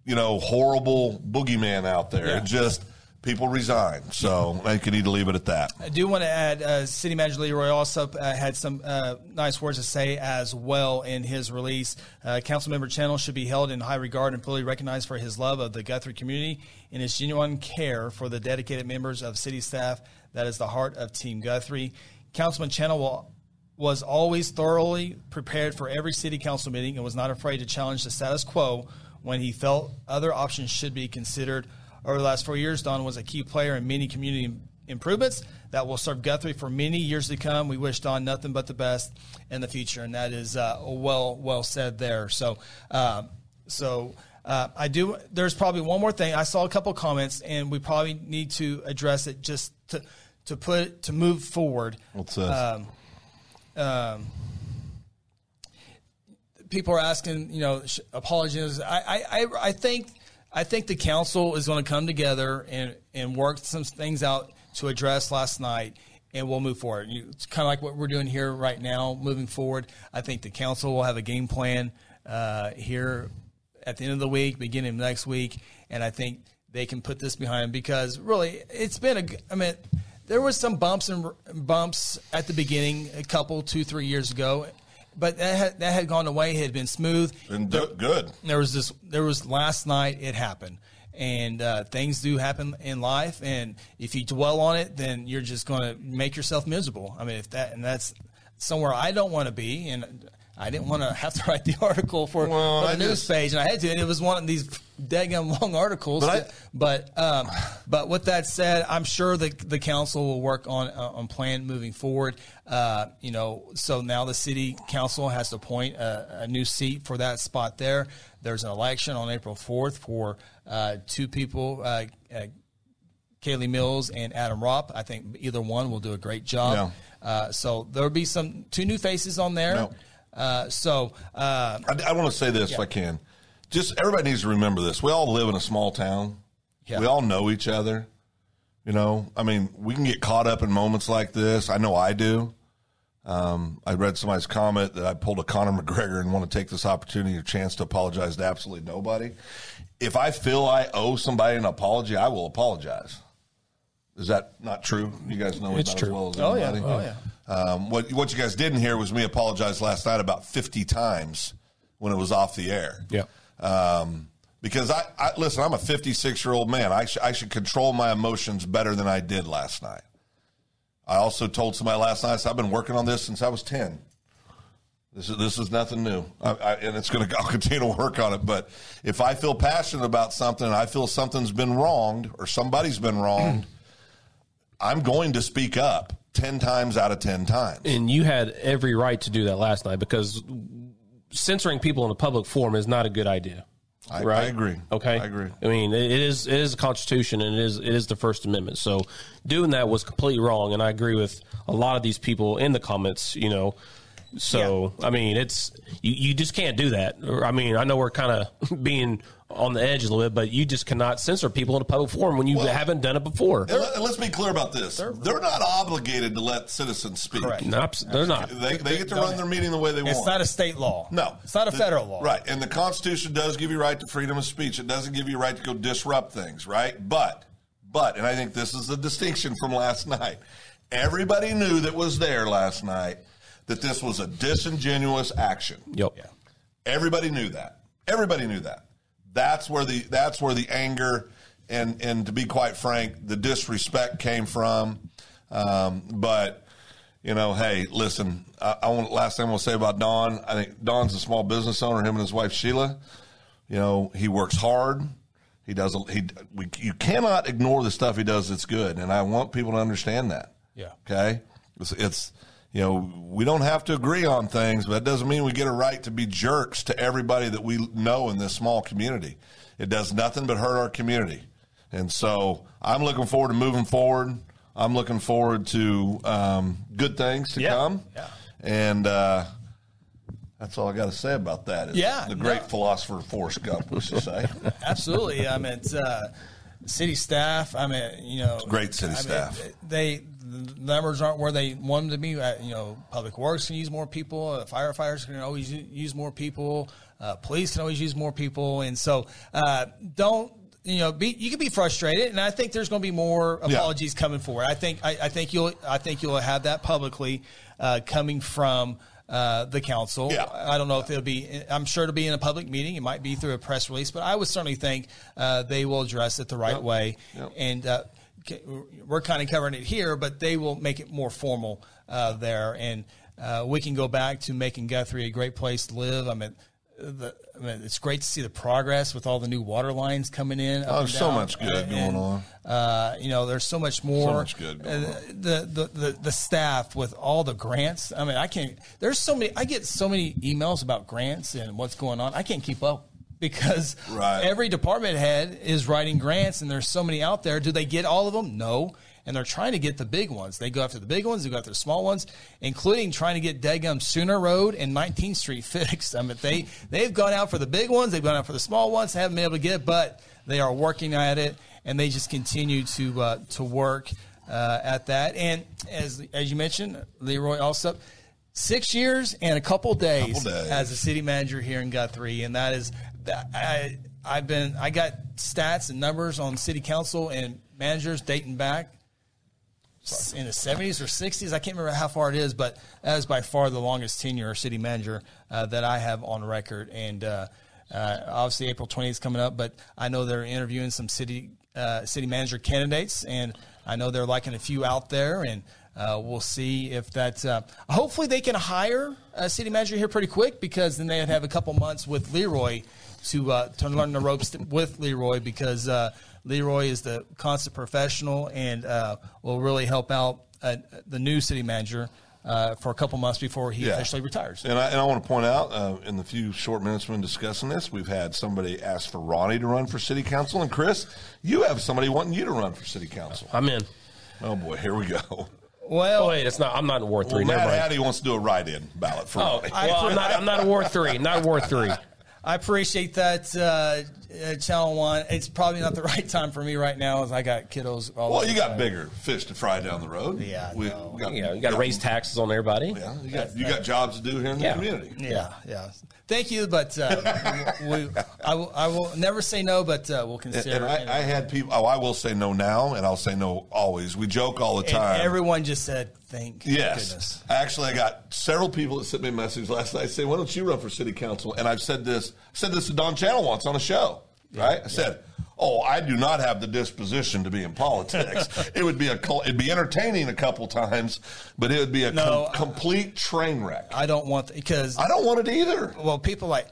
you know, horrible boogeyman out there. Yeah. It just people resign. So I think you need to leave it at that. I do want to add, uh, City Manager Leroy also uh, had some uh, nice words to say as well in his release. Uh, Councilmember Channel should be held in high regard and fully recognized for his love of the Guthrie community and his genuine care for the dedicated members of city staff that is the heart of Team Guthrie. Councilman Channel will was always thoroughly prepared for every city council meeting and was not afraid to challenge the status quo when he felt other options should be considered. Over the last four years, Don was a key player in many community improvements that will serve Guthrie for many years to come. We wish Don nothing but the best in the future, and that is uh, well well said there. So, um, so. Uh, I do. There's probably one more thing. I saw a couple comments, and we probably need to address it just to to put to move uh, forward What's this? um, people are asking, you know, sh- apologies. I, I, I, I think, I think the council is going to come together and, and work some things out to address last night, and we'll move forward. You, it's kind of like what we're doing here right now, moving forward. I think the council will have a game plan uh, here at the end of the week, beginning of next week, and I think they can put this behind them because really, it's been a. g- I mean, there was some bumps and r- bumps at the beginning, a couple, two, three years ago, but that had, that had gone away. It had been smooth. And do- good. There was this. There was last night. It happened, and uh, things do happen in life. And if you dwell on it, then you're just going to make yourself miserable. I mean, if that and that's somewhere I don't want to be, and I didn't want to have to (laughs) write the article for, Well, for the I news just- page, and I had to. And it was one of these daggum (laughs) long articles. But I- that- but um, but with that said, I'm sure that the council will work on uh, on plan moving forward. Uh, you know, so now the city council has to appoint a, a new seat for that spot there. There's an election on April 4th for uh, two people. Uh, uh, Kaylee Mills and Adam Ropp. I think either one will do a great job. Uh, so there'll be some two new faces on there. No. Uh, so uh, I, want to say this if I can. Just everybody needs to remember this. We all live in a small town. Yeah. We all know each other. You know, I mean, we can get caught up in moments like this. I know I do. Um, I read somebody's comment that I pulled a Conor McGregor and want to take this opportunity or chance to apologize to absolutely nobody. If I feel I owe somebody an apology, I will apologize. Is that not true? You guys know It's about true. as well as Oh, yeah. anybody. Oh, yeah. Um, what what you guys didn't hear was me apologize last night about fifty times when it was off the air. Yeah. Um, because I, I listen, I'm a 56 year old man. I sh- I should control my emotions better than I did last night. I also told somebody last night I said, I've been working on this since I was 10. This is this is nothing new, I, I, and it's going to. (laughs) I'll continue to work on it. But if I feel passionate about something, and I feel something's been wronged or somebody's been wronged, I'm going to speak up ten times out of ten times. And you had every right to do that last night because censoring people in a public forum is not a good idea. I, I Right? agree. Okay. I agree. I mean, it it is it is the Constitution and it is it is the First Amendment. So doing that was completely wrong, and I agree with a lot of these people in the comments. You know, so I mean, it's you, you just can't do that. Or, I mean, I know we're kind of (laughs) being on the edge a little bit, but you just cannot censor people in a public forum when you haven't done it before. And, let, and let's be clear about this: they're, not obligated to let citizens speak. Correct. No, they're not. They, they get to run their meeting the way they it's want. not a state law. No, it's not a The- federal law. Right, and the Constitution does give you right to freedom of speech. It doesn't give you right to go disrupt things. Right, but but, and I think this is the distinction from last night. Everybody knew that was there last night that this was a disingenuous action. Yep. Everybody knew that. Everybody knew that. That's where the that's where the anger and and to be quite frank, the disrespect came from. Um, but you know, hey, listen. I, I want last thing I want to say about Don. I think Don's a small business owner. Him and his wife Sheila. You know, he works hard. He does. a- He we, you cannot ignore the stuff he does that's good, and I want people to understand that. Yeah. Okay. It's, it's you know we don't have to agree on things, but that doesn't mean we get a right to be jerks to everybody that we know in this small community. It does nothing but hurt our community, and so I'm looking forward to moving forward. I'm looking forward to um, good things to Yeah. come. Yeah. And uh, that's all I got to say about that. is Yeah, The great no. philosopher Forrest Gump used (laughs) to say. Absolutely. I mean, it's, uh, city staff. I mean, you know, Great city I mean, staff. They the numbers aren't where they want them to be. Uh, You know, public works can use more people. Uh, firefighters can always u- use more people. Uh, police can always use more people. And so, uh, don't. You know, be, you can be frustrated, and I think there's going to be more apologies coming forward. I think I, I think you'll I think you'll have that publicly uh, coming from uh, the council. Yeah. I don't know if it'll be. I'm sure it'll be in a public meeting. It might be through a press release, but I would certainly think uh, they will address it the right way. And uh, ca- we're kind of covering it here, but they will make it more formal uh, there, and uh, we can go back to making Guthrie a great place to live. I mean. The, I mean, it's great to see the progress with all the new water lines coming in. up Oh, and so down. much good And, going on. Uh, you know, there's so much more. much good going Uh, on. the, the, the, the staff with all the grants. I mean, I can't. There's so many. I get so many emails about grants and what's going on. I can't keep up because Right. every department head is writing grants, and there's so many out there. Do they get all of them? No. and they're trying to get the big ones. They go after the big ones, they go after the small ones, including trying to get Degum Sooner Road and 19th Street (laughs) fixed. I mean, they, they've gone out for the big ones, they've gone out for the small ones, they haven't been able to get it, but they are working at it, and they just continue to, uh, to work uh, at that. And as, as you mentioned, Leroy Alsop, six years and a couple days, Couple days. as a city manager here in Guthrie, and that is that I I've been I got stats and numbers on city council and managers dating back s- in the seventies or sixties. I can't remember how far it is, but that is by far the longest tenure city manager uh, that I have on record. And uh, uh, obviously, April twentieth is coming up, but I know they're interviewing some city uh, city manager candidates, and I know they're liking a few out there and. Uh, we'll see if that's. Uh, hopefully, they can hire a city manager here pretty quick because then they'd have a couple months with Leroy to uh, to learn the ropes with Leroy because uh, Leroy is the constant professional and uh, will really help out uh, the new city manager uh, for a couple months before he Yeah. officially retires. And I, and I want to point out, uh, in the few short minutes we've been discussing this, we've had somebody ask for Ronnie to run for city council, and Chris, you have somebody wanting you to run for city council. I'm in. Oh boy, here we go. Oh Well, wait, it's not. I'm not in War (laughs) Well, Three. Never Matt mind. Hattie wants to do a write-in ballot for Oh, Ronnie. well, I'm not. I'm not in War Three. Not (laughs) War Three. I appreciate that, uh, uh, Channel One. It's probably not the (laughs) right time for me right now as I got kiddos. All Well, over you the got time. bigger fish to fry down the road. Yeah, I we, know. we got, You know, you got to raise taxes on everybody. Yeah, you got you got jobs to do here in Yeah. the community. Yeah, yeah. Thank you, but uh, we, we- I, will, I will never say no, but uh, we'll And, consider. and it. I, I had people. Oh, I will say no now, and I'll say no always. We joke all the And time. everyone just said, "Thank Yes. goodness." Actually, I got several people that sent me a message last night saying, "Why don't you run for city council?" And I've said this, said this to Don Channel once on a show, right? I said, "Oh, I do not have the disposition to be (laughs) in politics. it would be a, cul- it'd be entertaining a couple times, but it would be a No, com- I- complete train wreck. I, I don't want because don't want it either. well, people like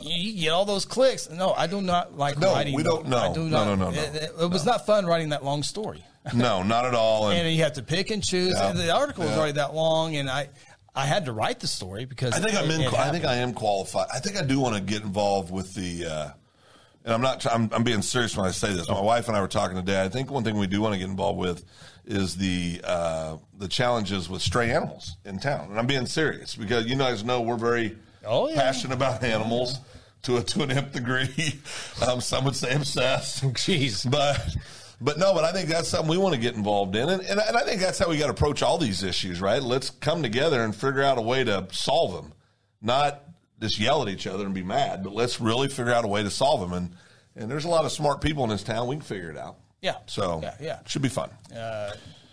you you get all those clicks. No, I do not like No, writing. we don't- no, I do not. no, no, no, no. It, it- it was not fun writing that long story, No, not at all. And, and you have to pick and choose. Yeah. And the article was Yeah. already that long, and I I had to write the story because I think I'm it- in. it I think happened. I am qualified. I think I do want to get involved with the. Uh, and I'm not. try- I'm, I'm being serious when I say this. My wife and I were talking today. I think one thing we do want to get involved with is the uh, the challenges with stray animals in town. And I'm being serious because you guys know we're very Oh, yeah. passionate about animals to a to an nth degree. (laughs) um, some would say obsessed. Jeez. But but no, but I think that's something we want to get involved in, and and, and I think that's how we got to approach all these issues, right? Let's come together and figure out a way to solve them, not just yell at each other and be mad, but let's really figure out a way to solve them. And and there's a lot of smart people in this town. We can figure it out. Yeah. So Yeah, yeah. should be fun.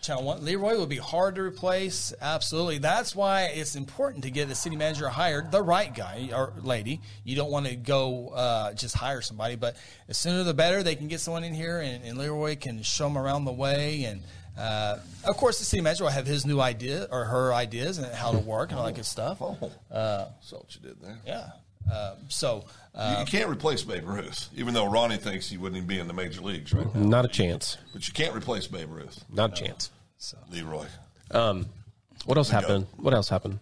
Channel One. Leroy will be hard to replace. Absolutely. That's why it's important to get a city manager hired, the right guy or lady. You don't want to go uh, just hire somebody, but the sooner the better. They can get someone in here, and, and Leroy can show them around the way. And uh, of course, the city manager will have his new idea or her ideas and how to work and all that good stuff. Oh, uh, saw what you did there. Yeah. Uh, so. Uh, You- you can't replace Babe Ruth, even though Ronnie thinks he wouldn't even be in the major leagues right now. Not a chance. But you can't replace Babe Ruth, Not a chance. Leroy. Um, what else happened? What else happened?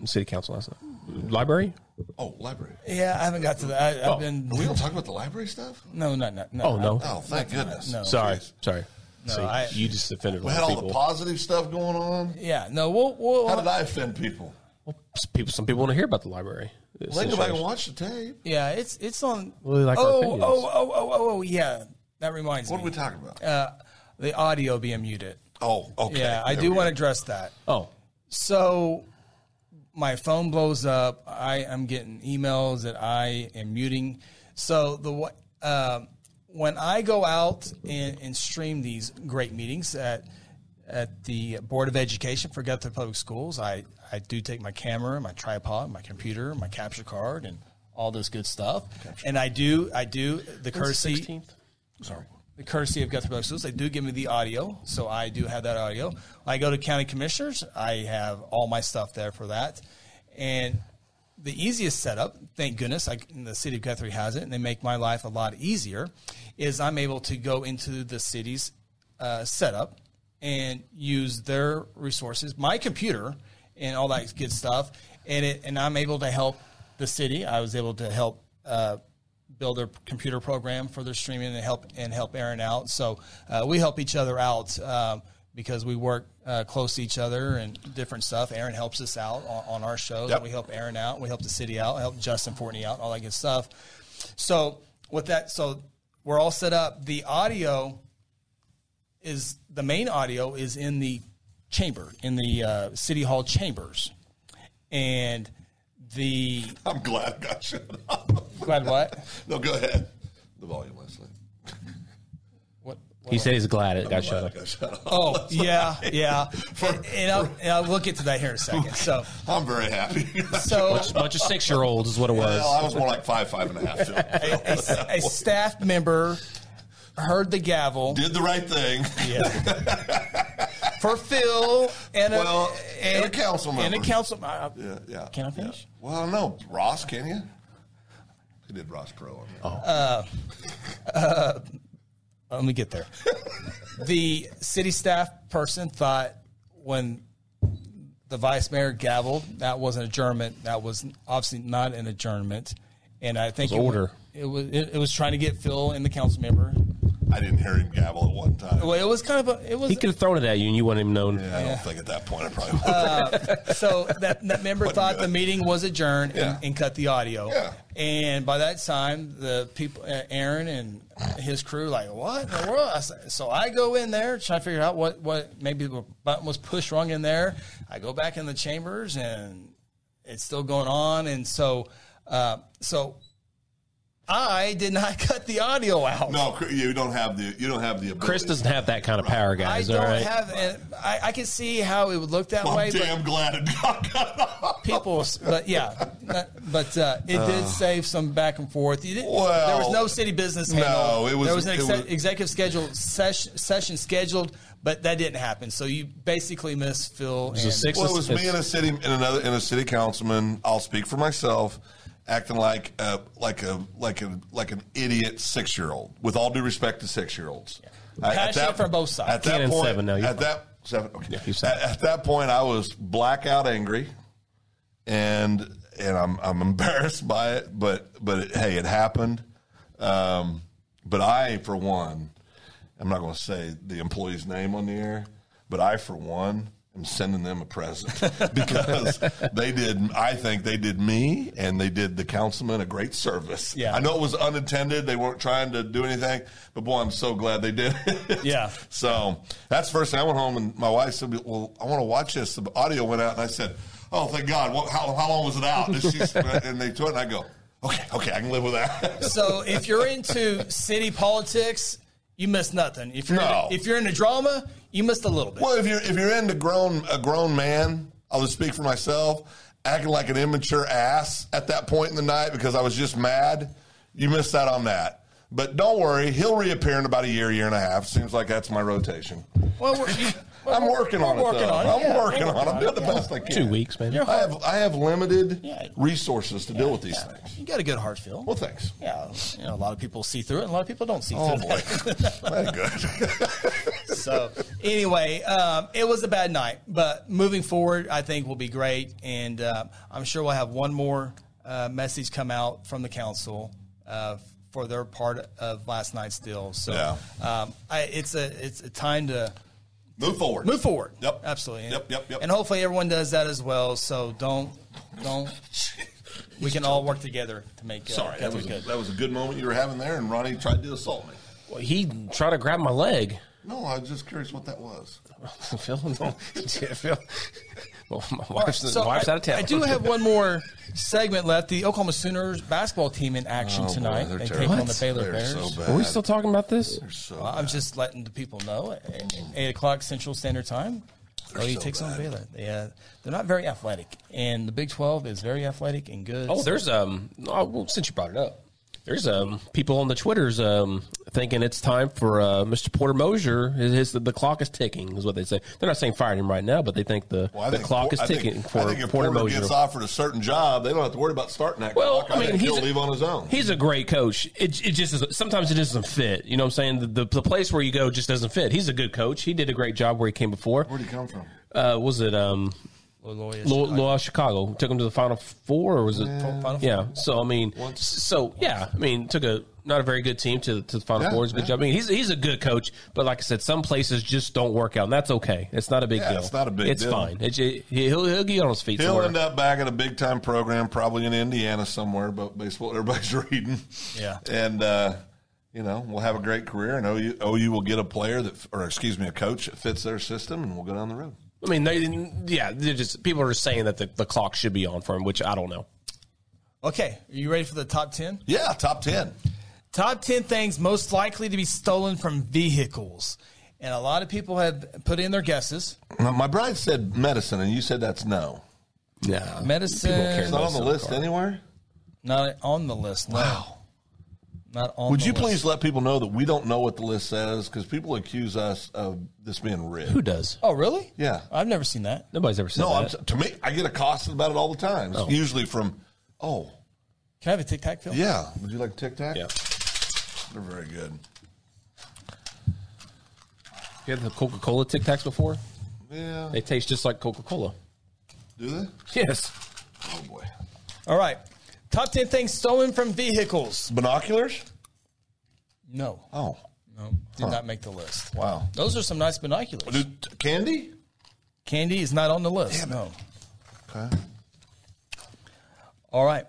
in City council last night. Library. Oh, library. yeah, I haven't got to that. I, I've been We don't talk about the library stuff. no, no, no, no. Oh no. Oh, thank goodness. No. Sorry. Jeez. Sorry. No, See, I- you just offended a We lot had of all the people. positive stuff going on. Yeah, no. We'll, we'll, How did I offend people? Some people. Some people want to hear about the library. Well, they go back and Situation. watch the tape. Yeah, it's it's on. Well, they like our oh, opinions. oh, oh, oh, oh, oh, yeah. That reminds What are me. we talking about? uh, the audio being muted. oh, okay. Yeah, I There do we want to go. address that. Oh, So my phone blows up. I am getting emails that I am muting. So the wa- um, when I go out and, and stream these great meetings at at the Board of Education for Guthrie Public Schools, I, I do take my camera, my tripod, my computer, my capture card, and all this good stuff. And I do I do the courtesy sixteenth. the courtesy of Guthrie Public Schools, they do give me the audio, so I do have that audio. I go to county commissioners, I have all my stuff there for that, and the easiest setup, thank goodness, I, the city of Guthrie has it, and they make my life a lot easier. Is I'm able to go into the city's uh, setup and use their resources, my computer, and all that good stuff, and it, and I'm able to help the city. I was able to help. Uh, build their computer program for their streaming and help and help Aaron out. So uh, we help each other out um, because we work uh, close to each other and different stuff. Aaron helps us out on, on our shows. Yep. We help Aaron out. We help the city out. Help Justin Fortney out. All that good stuff. So with that, so we're all set up. The audio is the main audio is in the chamber in the uh, city hall chambers, and the I'm glad I got shut up. glad what no, go ahead. The volume, Leslie. what. what He said he's glad it got Glad shut I up. got shut up. (laughs) Oh yeah, yeah. For- and, I'll, and I'll, we'll get to that here in a second. So, I'm very happy. (laughs) so A bunch of six year olds is what it was. well, I was more like five, five and a half. Phil. a, a staff member heard the (laughs) gavel Did the right thing. for Phil and a, Well, and a council and a member. council. uh, I- I- Yeah, yeah. Can I yeah. finish? Well, no, Ross. Can you? He did Ross Pro on that. Let me get there. the city staff person thought when the vice mayor gaveled, that was an adjournment. That was obviously not an adjournment. And I think It was order. It was it, it was trying to get Phil and the council member. I didn't hear him gavel at one time. Well, it was kind of a (laughs) it was He could have thrown it at you and you wouldn't even known. I don't think at that point I probably would. so that, that member thought the good. meeting was adjourned Yeah. and, and cut the audio. Yeah. And by that time, the people, uh, Aaron and his crew, like, what in the world? I said- so I go in there trying to figure out what, what maybe the button was pushed wrong in there. I go back in the chambers and it's still going on. And so, uh, so I did not (laughs) cut the audio out. no, Cr- you don't have the you don't have the ability. Chris doesn't have that kind of power, I guys. don't all right. have it. I, I can see how it would look that I'm way. but- damn glad it got (laughs) cut off. (laughs) people, but yeah, not- but uh, it did save some back and forth. You didn't, Well, there was no city business. no, Handle. it was- there was an it exe- was- executive schedule session, session scheduled, but that didn't happen. So you basically missed Phil. So and- six Well, is- it was me it's- and a city and another and a city councilman. I'll speak for myself, acting like a like a like a like an idiot six year old. With all due respect to six year olds, Passionate from both sides. At that Ten and point, seven, no, you're at fine. that seven. Okay. you're at, seven. at that point, I was blackout angry, and and I'm I'm (laughs) embarrassed by it. But but it, hey, it happened. Um, but I, for one, I'm not going to say the employee's name on the air, but I, for one, am sending them a present (laughs) because they did. I think they did me and they did the councilman a great service. Yeah. I know it was unintended; they weren't trying to do anything. But boy, I'm so glad they did. it. (laughs) Yeah. So that's the first thing I went home and my wife said, "Well, I want to watch this." The audio went out, and I said, "Oh, thank God! Well, how, how long was it out?" And, she's, (laughs) and they took it, and I go, "Okay, okay, I can live with that." (laughs) so if you're into city politics, you missed nothing. If you're No. if you're into drama, you missed a little bit. Well, if you're if you're into grown a grown man, I'll just speak for myself, acting like an immature ass at that point in the night because I was just mad. You missed out on that. But don't worry, he'll reappear in about a year, year and a half. Seems like that's my rotation. Well, we're, you, (laughs) I'm we're- working we're on it. working though. on it, I'm yeah, we're working on it. I'm doing the best I can. Two weeks, maybe. I have I have limited Yeah. resources to deal with these things. You got a good heart, Phil. Well, thanks. yeah, you know, a lot of people see through it, and a lot of people don't see Oh through it. boy, Very good. (laughs) So anyway, um, it was a bad night, but moving forward, I think will be great, and uh, I'm sure we'll have one more uh, message come out from the council uh, for their part of last night's deal. So Yeah. um, I, it's a it's a time to Move forward. move forward. Yep. absolutely. Yep, yep, yep. And hopefully everyone does that as well. So don't (laughs) don't. we can all work together to make. Uh, Sorry, that Guthrie was a, good. that was a good moment you were having there, and Ronnie tried to assault me. Well, he tried to grab my leg. No, I was just curious what that was. (laughs) Phil, (laughs) no. Yeah, Phil. Well, my wife's, So wife's I, out of town. I do have one more segment left. The Oklahoma Sooners basketball team in action Oh, boy, tonight. they're they take terrible. on the Baylor They're Bears. so bad. Are we still talking about this? So Well, I'm just letting the people know. at- at Eight o'clock Central Standard Time. Oh, you so takes on bad. Baylor. They, uh, they're not very athletic, and the Big Twelve is very athletic and good. Oh, there's um. Oh, well, since you brought it up, there's um people on the twitters um thinking it's time for uh, Mr. Porter Mosier. His, his the clock is ticking is what they say. They're not saying firing him right now, but they think the, Well, I the think clock Por- is I think- ticking for I think if Porter, Porter, Mosier. gets offered a certain job, they don't have to worry about starting that Well, clock. I mean, think he's he'll a- leave on his own. He's a great coach. It, it just is, sometimes it doesn't fit. You know what I'm saying? The, the, the place where you go just doesn't fit. He's a good coach. He did a great job where he came before. Where'd he come from? Uh, was it um Loyola. Lo- Loyola Chicago took them to the Final Four, or was it? Uh, Final yeah. So I mean, so yeah, I mean, took a not a very good team to to the Final Yeah, Four. It's a good yeah. job. I mean, he's he's a good coach, but like I said, some places just don't work out, and that's okay. It's not a big Yeah, deal. it's not a big It's deal. fine. It's, he'll he'll get on his feet. He'll somewhere. end up back at a big time program, probably in Indiana somewhere, but baseball (laughs) everybody's reading. Yeah. And uh, you know, we'll have a great career and OU, OU will get a player that or excuse me, a coach that fits their system and we'll go down the road. I mean, they yeah, they're just people are saying that the, the clock should be on for him, which I don't know. Okay, are you ready for the top 10? Yeah, top ten. Top 10 things most likely to be stolen from vehicles. And a lot of people have put in their guesses. Now, my bride said medicine and you said that's no. Yeah, Medicine- It's not on the list anywhere. Not on the list. No. Wow. Not on Would the you list. please let people know that we don't know what the list says because people accuse us of this being rigged. Who does? Oh, really? Yeah. I've never seen that. Nobody's ever said No, that. I'm, to me, I get accosted about it all the time. It's usually from, oh, Can I have a tic tac, Phil? yeah. Would you like a Tic Tac? yeah, They're very good. you had the Coca Cola Tic Tacs before. Yeah. They taste just like Coca Cola. Do they? Yes. Oh, boy. All right. Top 10 things stolen from vehicles. Binoculars? No. Oh, No. Did not make the list. wow. Those are some nice binoculars. Do- Candy? Candy is not on the list. Damn it. no. Okay. All right.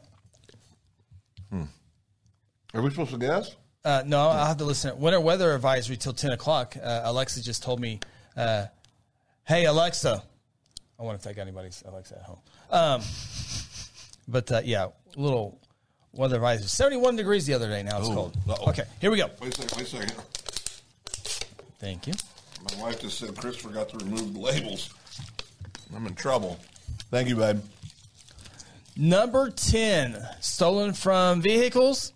Are we supposed to guess? Uh, no, I'll have to listen. Winter weather advisory till 10 o'clock. Uh, Alexa just told me, uh, hey, Alexa. I wonder if that got anybody's Alexa at home. Um, but uh, yeah, little weather advisory. 71 degrees the other day. Now it's cold. uh-oh. Okay, here we go. Wait a second. Wait a second. Thank you. My wife just said Chris forgot to remove the labels. I'm in trouble. Thank you, babe. Number 10, stolen from vehicles,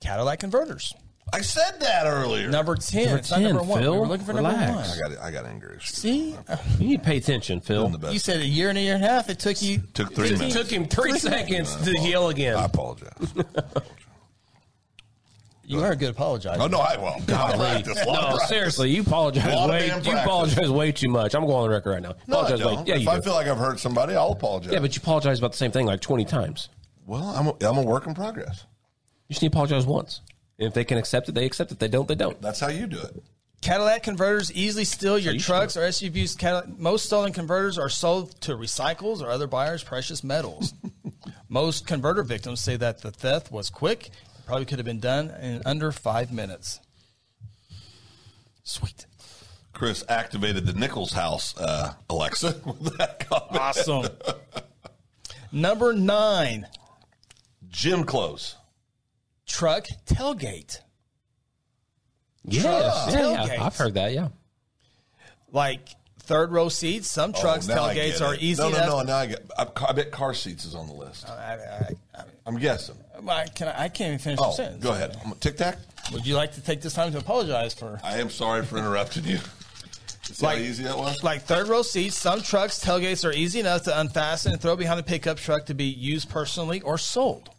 Cadillac converters. I said that earlier. Number 10. Number it's not number 10, one. We Phil. were looking for number Relax. one. I got, I got angry. It See? You need to pay attention, Phil. the best. You said a year and a year and a half. It took you. took three It minutes. took him three seconds to yell again. I apologize. You are a good apologizer. oh, no, I will. God, practice. A lot of No, practice. seriously, you apologize A lot of way. damn You practice. apologize way too much. I'm going on the record right now. No, I Apologize way- don't. Yeah, if you I do. feel like I've hurt somebody, I'll apologize. yeah, but you apologize about the same thing like 20 times. well, I'm a, I'm a work in progress. You just need to apologize once. And if they can accept it, they accept it. They don't, they don't. That's how you do it. Cadillac converters easily steal your you trucks or SUVs. Cadillac, most stolen converters are sold to recycles or other buyers precious (laughs) metals. most converter victims say that the theft was quick. It probably could have been done in under five minutes. Sweet. Chris activated the Nichols House uh, Alexa (laughs) with that comment. Awesome. (laughs) Number nine, Gym clothes. truck tailgate. Yes. Truck Yeah, tailgates. yeah, I've heard that, yeah. Like third row seats, some trucks, Oh, now I get tailgates are it. easy Uh, No, no, enough. no. Now I get. I, I bet car seats is on the list. I, I, I'm guessing. I, I, can, I can't even finish the Oh, sentence. go ahead. I'm- Tic Tac. Would you like to take this time to apologize for I am sorry for interrupting you. (laughs) See Like- how easy that was. like third row seats? Some trucks tailgates are easy enough to unfasten and throw behind a pickup truck to be used personally or sold.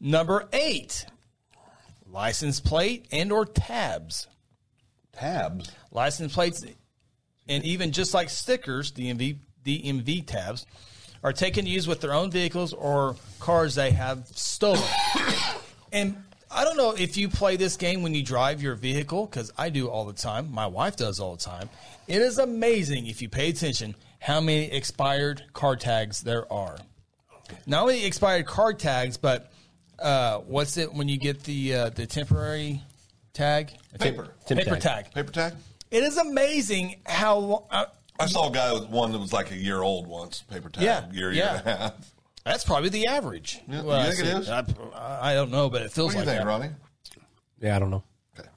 Number eight, license plate and or tabs. Tabs. License plates and even just like stickers, DMV DMV tabs are taken to use with their own vehicles or cars they have stolen. and I don't know if you play this game when you drive your vehicle cuz I do all the time. My wife does all the time. It is amazing if you pay attention how many expired car tags there are. Not only expired car tags, but uh, what's it when you get the uh, the temporary tag? Paper. Tim paper tag. tag. Paper tag. It is amazing how lo- uh, I saw a guy with one that was like a year old once. Paper tag. Yeah, Year, yeah. year and a half. that's probably the average. Yeah, you I think it see- is? I, I don't know, but it feels What do like you think, that. Ronnie? Yeah, I don't know. Okay.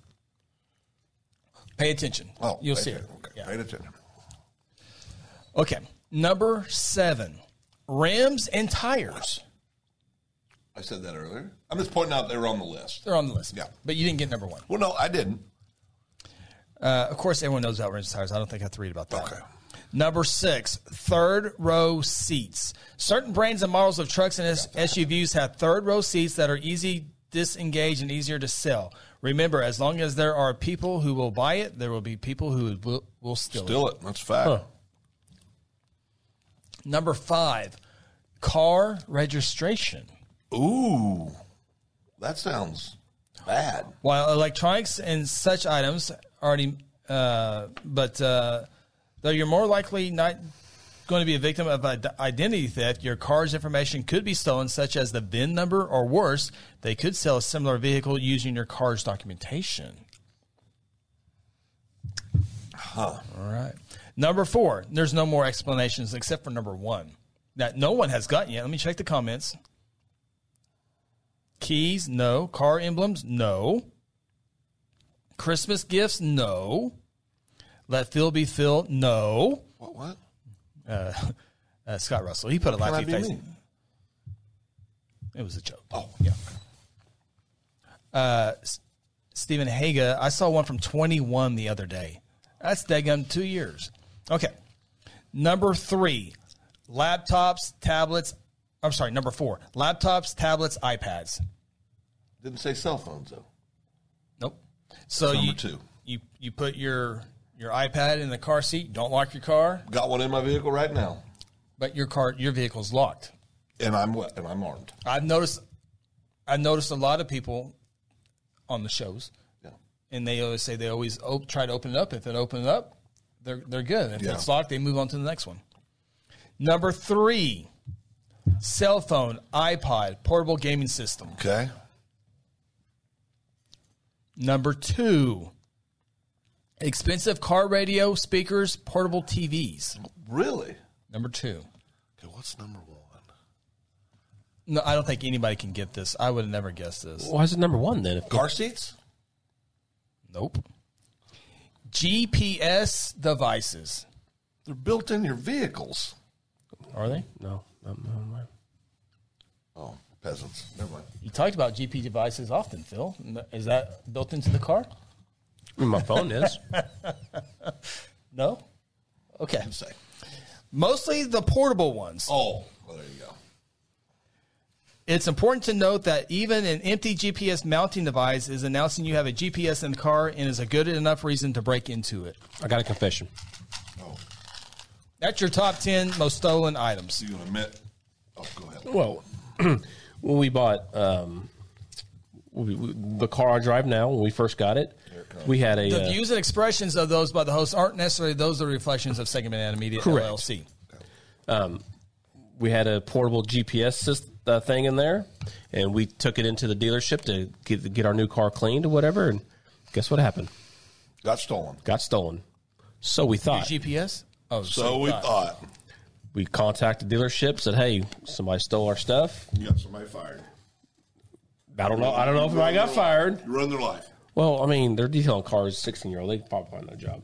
Pay attention. Oh, You'll okay, see it. Okay. Yeah. Paid attention. Okay. Number seven, rims and tires. I said that earlier. I'm just pointing out they were on the list. They're on the list. Yeah. But you didn't get number one. Well, no, I didn't. Uh, of course, everyone knows about rims and tires. I don't think I have to read about that. Okay. Number six, third row seats. Certain brands and models of trucks and S- SUVs have third row seats that are easy disengage and easier to sell. Remember, as long as there are people who will buy it, there will be people who will, will steal it. Still it. That's a fact. Number five, car registration. Ooh, that sounds bad. While electronics and such items already, uh, but uh, though you're more likely not going to be a victim of ad- identity theft, your car's information could be stolen, such as the VIN number, or worse, they could sell a similar vehicle using your car's documentation. All right. Number four, there's no more explanations except for number one that no one has gotten yet. Let me check the comments. Keys, no. Car emblems, no. Christmas gifts, no. Let Phil be Phil, no. What? What? Uh, Scott Russell, he put a Can I laughing be face. me? It was a joke. Uh, Oh, yeah. Stephen Haga, I saw one from 21 the other day. That's daggum two years. Okay. Number three, laptops, tablets. I'm sorry, number four, laptops, tablets, iPads. Didn't say cell phones though. Nope. So Number you, two. you you put your your iPad in the car seat. Don't lock your car, Got one in my vehicle right now, but your car your vehicle's locked. and I'm wet and I'm armed. I've noticed I've noticed a lot of people on the shows, Yeah. and they always say they always op- try to open it up. If it opens up, they're they're good. If Yeah. it's locked, they move on to the next one. Number three, cell phone, iPod, portable gaming system. Okay. Number two, expensive car radio, speakers, portable TVs. Really? Number two. Okay. What's number one? No, I don't think anybody can get this. I would have never guessed this. Why is it number one then? If Car seats. Nope. GPS devices. They're built in your vehicles. are they? No. No, no, no. Oh, peasants. Never mind. You talked about GPS devices often, Phil. Is that built into the car? I mean, My phone is. No. Okay. Didn't say. Mostly the portable ones. Oh, well, there you go. It's important to note that even an empty GPS mounting device is announcing you have a GPS in the car and is a good enough reason to break into it. I got a confession. Oh, That's your top 10 most stolen items. so you admit? Oh, go ahead. Well, (clears throat) when we bought um, we, we, the car I drive now, when we first got it, we had a The uh, views and expressions of those by the host aren't necessarily those are reflections of Segment Banana Media Correct. Um, LLC. we had a portable GPS system, uh, thing in there, and we took it into the dealership to get get our new car cleaned or whatever. And guess what happened? Got stolen. Got stolen. So we thought. GPS? Oh, So we thought. We contacted dealership, said, "Hey, somebody stole our stuff." You got somebody fired. I don't know. I don't know if I got fired. You run their life. Well, I mean, they're detailing cars. Sixteen year old, they could probably find no job.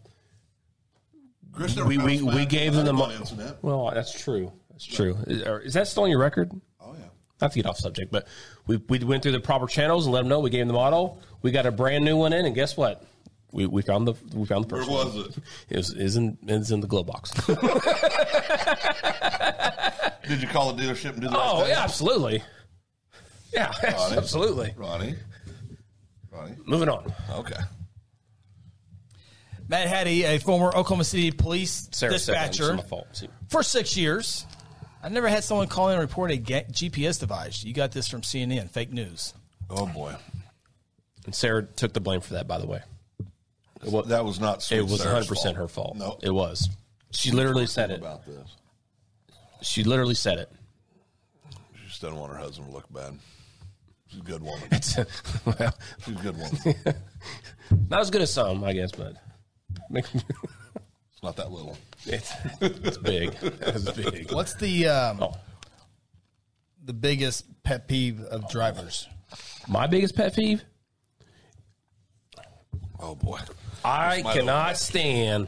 Chris never We got we, us back we in gave them the Idaho money. incident. Well, that's true. That's true. Is, or is that still on your record? Oh yeah. Not to get off subject, but we, we went through the proper channels and let them know. We gave them the model. We got a brand new one in, and guess what? We, we found the we found the Where person. was it? It was is in it's in the (laughs) glove box. Did you call the dealership and do the oh right yeah, absolutely. Yeah, Ronnie. (laughs) absolutely. thing? Ronnie. Ronnie. Moving on. Okay. Matt Hattie, a former Oklahoma City police Sarah said that. It's dispatcher my fault. See, for six years. I never had someone call in and report a ga- GPS device. You got this from CNN, fake news. Oh boy. And Sarah took the blame for that, by the way. that was not. Sweet It was Sarah's 100% her fault. No. It was. She literally said it. about this. She literally said it. She just doesn't want her husband to look bad. She's a good woman. (laughs) well, She's a good (laughs) woman. It's not as good as some, I guess, but (laughs) not that little. it's, it's big. It's big. What's the um, Oh. the biggest pet peeve of drivers? My biggest pet peeve? Oh boy. I It's my cannot stand.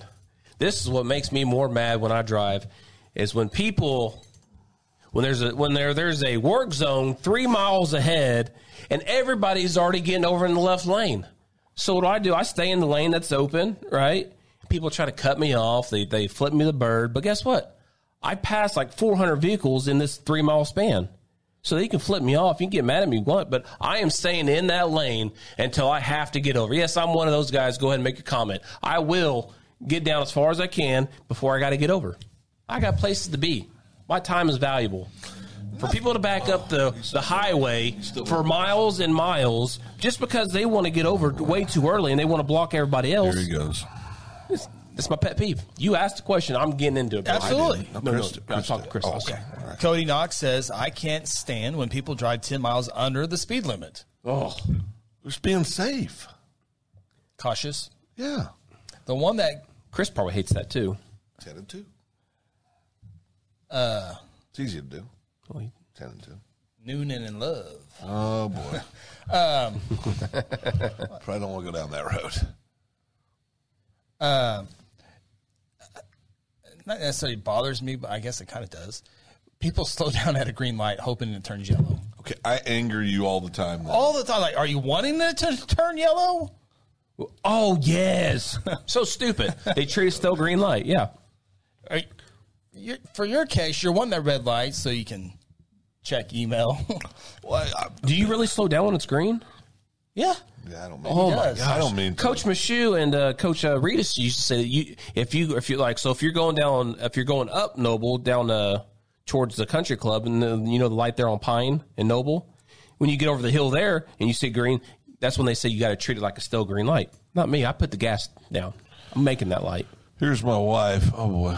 This is what makes me more mad when I drive, is when people, when there's a when there there's a work zone three miles ahead, and everybody's already getting over in the left lane. So what do I do? I stay in the lane that's open, right? People try to cut me off. They they flip me the bird, but guess what? I passed like 400 vehicles in this three mile span. So you can flip me off. You can get mad at me if you want, but I am staying in that lane until I have to get over. Yes, I'm one of those guys. Go ahead and make your comment. I will get down as far as I can before I got to get over. I got places to be. my time is valuable. For people to back up the, the highway for miles and miles just because they want to get over way too early and they want to block everybody else, Here he goes. that's my pet peeve. You asked the question, I'm getting into it. bro. Absolutely. No, no, I'm talking to Chris. Oh, Okay. okay. All right. Cody Knox says, I can't stand when people drive 10 miles under the speed limit. Oh, Just being safe. Cautious. Yeah. The one that Chris probably hates that too. Ten and two. Uh, it's easy to do. Oh, he- Ten and two. Noonan in love. Oh boy. (laughs) um, Probably don't want to go down that road. Not necessarily bothers me, but I guess it kind of does. People (laughs) slow down at a green light hoping it turns yellow. Okay, I anger you all the time. Now. All the time, like, are you wanting it to turn yellow? oh yes. (laughs) so stupid. They treat us still green light. Yeah. Are you- you're, for your case, you're wanting that red light so you can check email. (laughs) Well, I, I, Do you really slow down when it's green? yeah. yeah, I don't mean. Oh, my does. I don't mean. Coach Michu and uh, Coach uh, Reedus used to say that you if you if you like so if you're going down if you're going up Noble down uh, towards the country club and the, you know the light there on Pine and Noble when you get over the hill there and you see green that's when they say you got to treat it like a still green light. Not me. I put the gas down. I'm making that light. Here's my wife. Oh boy.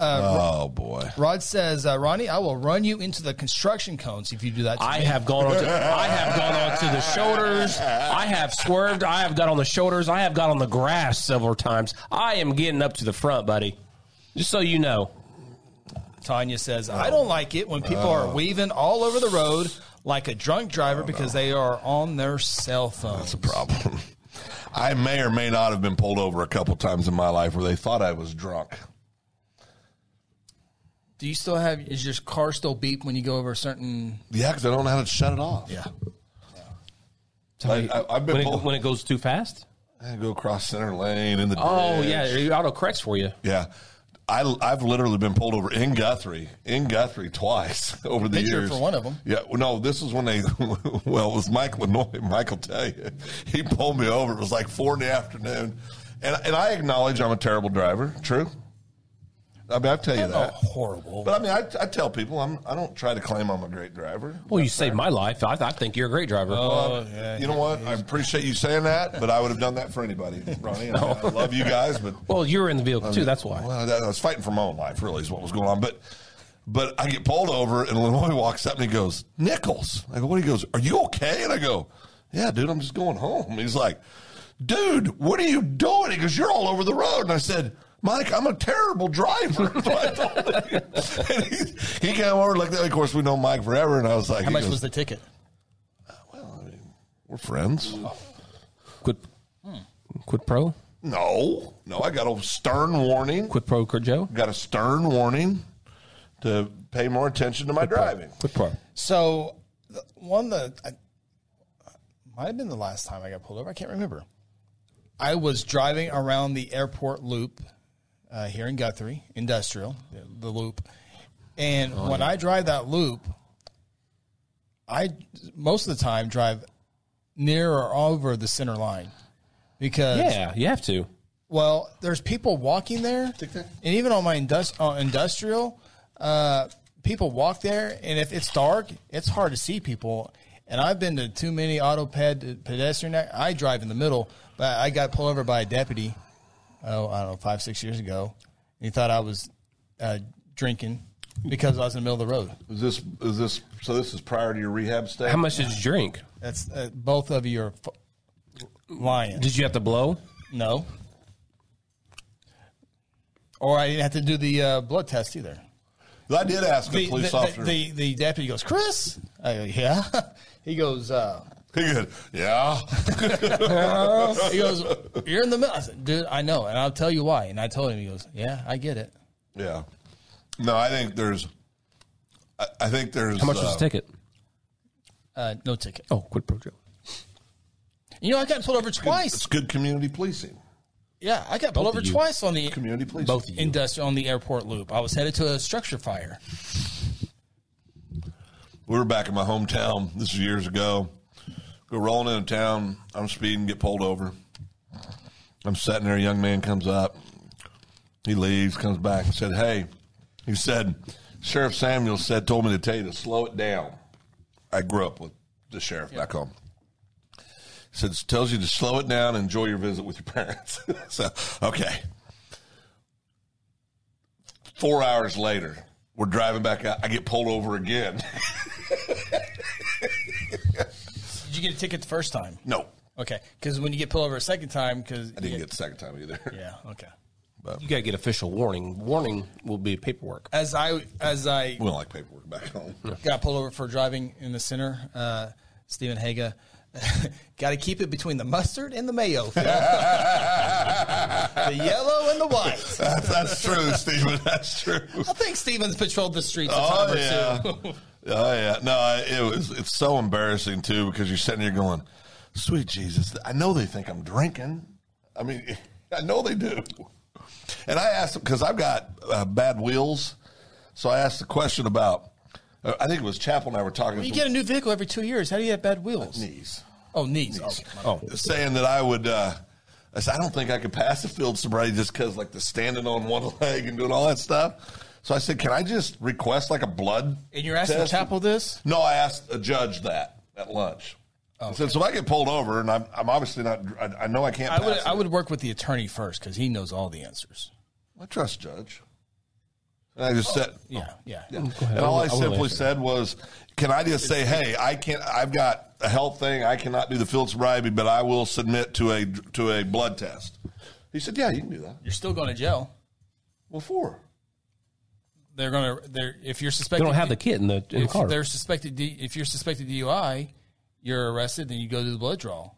Uh, oh boy. Rod says, uh, Ronnie, I will run you into the construction cones if you do that. To I me. have gone on to I have gone on to the shoulders. I have swerved. I have got on the shoulders. I have got on the grass several times. I am getting up to the front, buddy. Just so you know. Tanya says, I don't like it when people are weaving all over the road like a drunk driver because they are on their cell phones. problem. (laughs) I may or may not have been pulled over a couple times in my life where they thought I was drunk. Do you still have, is your car still beep when you go over a certain. Yeah, because I don't know how to shut it off. Yeah. I, I, have been when it, pulled. when it goes too fast. I go across center lane in the. Oh ditch. yeah, it auto corrects for you. yeah. I, I've literally been pulled over in Guthrie, in Guthrie twice (laughs) over the Been here years. for one of 'em. Yeah, well, no, this is when they. (laughs) Well, it was Mike Lenoy. (laughs) Michael tell you, he pulled me over. It was like four in the afternoon, and and I acknowledge I'm a terrible driver. True. I mean, I tell you Oh, that. horrible. But I mean, I, I tell people I'm, I don't try to claim I'm a great driver. Um, Well, you saved my life. I, I think you're a great driver. Oh, yeah. You know what? I appreciate you saying that, but I would have done that for anybody, Ronnie. (laughs) I, I love you guys, but well, you were in the vehicle too. That's why. well, I was fighting for my own life. Really, is what was going on. But but I get pulled over, and Lenoy (laughs) walks up and he goes, "Nichols." I go, "What?" He goes, "Are you okay?" And I go, "Yeah, dude, I'm just going home." He's like, "Dude, what are you doing?" He goes, "You're all over the road." And I said. Mike, I'm a terrible driver. (laughs) That's what I told him. (laughs) and he, he came over like that. Of course, we know Mike forever, and I was like, How he much goes, was the ticket? Well, I mean, we're friends. Quit. Quit pro. No, no, I got a stern warning. Quit pro. Quit Joe. Got a stern warning to pay more attention to my driving. Quit pro. So, the- one that I, might have been the last time I got pulled over. I can't remember. I was driving around the airport loop uh, here in Guthrie, industrial, the, the loop. And when I drive that loop, I most of the time drive near or over the center line because Yeah, you have to. well, there's people walking there, and even on my indus- uh, industrial, uh, people walk there, and if it's dark, it's hard to see people. And I've been to too many auto ped- pedestrian. ac- I drive in the middle, but I got pulled over by a deputy. Oh, I don't know, five six years ago. And he thought I was uh, drinking because I was in the middle of the road. Is this is this so? This is prior to your rehab stay. How much did you drink? That's uh, both of you are f- lying. Did you have to blow? No. Or I didn't have to do the uh, blood test either. I did ask a The, police the, officer. the, the deputy goes, Chris? I go, yeah. (laughs) He goes, uh, he goes, yeah, he goes, you're in the middle. I said, dude, I know, and I'll tell you why. And I told him, he goes, yeah, I get it. yeah. No, I think there's. I, I think there's. How much was uh, the ticket? Uh, no ticket. Oh, quit pro Joe. You know, I got pulled over twice. It's good community policing. Yeah, I got pulled over of you. twice on the Community policing. Both of you. industrial on the airport loop. I was headed to a structure fire. we were back in my hometown. This was years ago. Go rolling into town. I'm speeding, get pulled over. I'm sitting there. A young man comes up. He leaves, comes back, and said, "Hey, who said, Sheriff Samuel said, told me to tell you to slow it down. I grew up with the sheriff back home. He said, tells you to slow it down, and enjoy your visit with your (laughs) parents. so, okay. Four hours later, we're driving back out. I get pulled over again. Did you get a ticket the first time? no, Okay, because when you get pulled over a second time, because I didn't get the second time either. yeah, okay. You got to get official warning. Warning will be paperwork. As I as I (laughs) We don't like paperwork back home. got pulled over for driving in the center, uh, Stephen Haga. (laughs) got to keep it between the mustard and the mayo, (laughs) Phil. the yellow and the white. (laughs) that's, that's true, Stephen. That's true. I think Stevens patrolled the streets a time Oh or yeah. two. (laughs) oh yeah. No, I- it was. It's so embarrassing too because you're sitting here going, "Sweet Jesus, I know they think I'm drinking. I mean, (laughs) I know they do." And I asked them because I've got uh, bad wheels, so I asked the question about. uh, I think it was Chapel and I were talking. You to get a new vehicle every two years. How do you have bad wheels? knees. Oh, knees. Okay. Oh, saying that I would. Uh, I said I don't think I could pass the field sobriety just because like the standing on one (laughs) leg and doing all that stuff. So I said, can I just request like a blood? And you're asking test? Chapel this? No, I asked a judge that at lunch. I said, so if I get pulled over and I'm, I'm obviously not. I, I know I can't. I would pass I it. would work with the attorney first because he knows all the answers. I trust judge. And I just said, Yeah, yeah. and all I, I will simply answer. said was, "Can I just say, hey, I can't. I've got a health thing. I cannot do the field sobriety, but I will submit to a to a blood test." He said, "Yeah, you can do that." You're still going to jail. Well, four. They're going to. They're if you're they suspected. don't have the kit in the, in the if car. they're suspected. D, if you're suspected DUI, you're arrested. Then you go to the blood draw,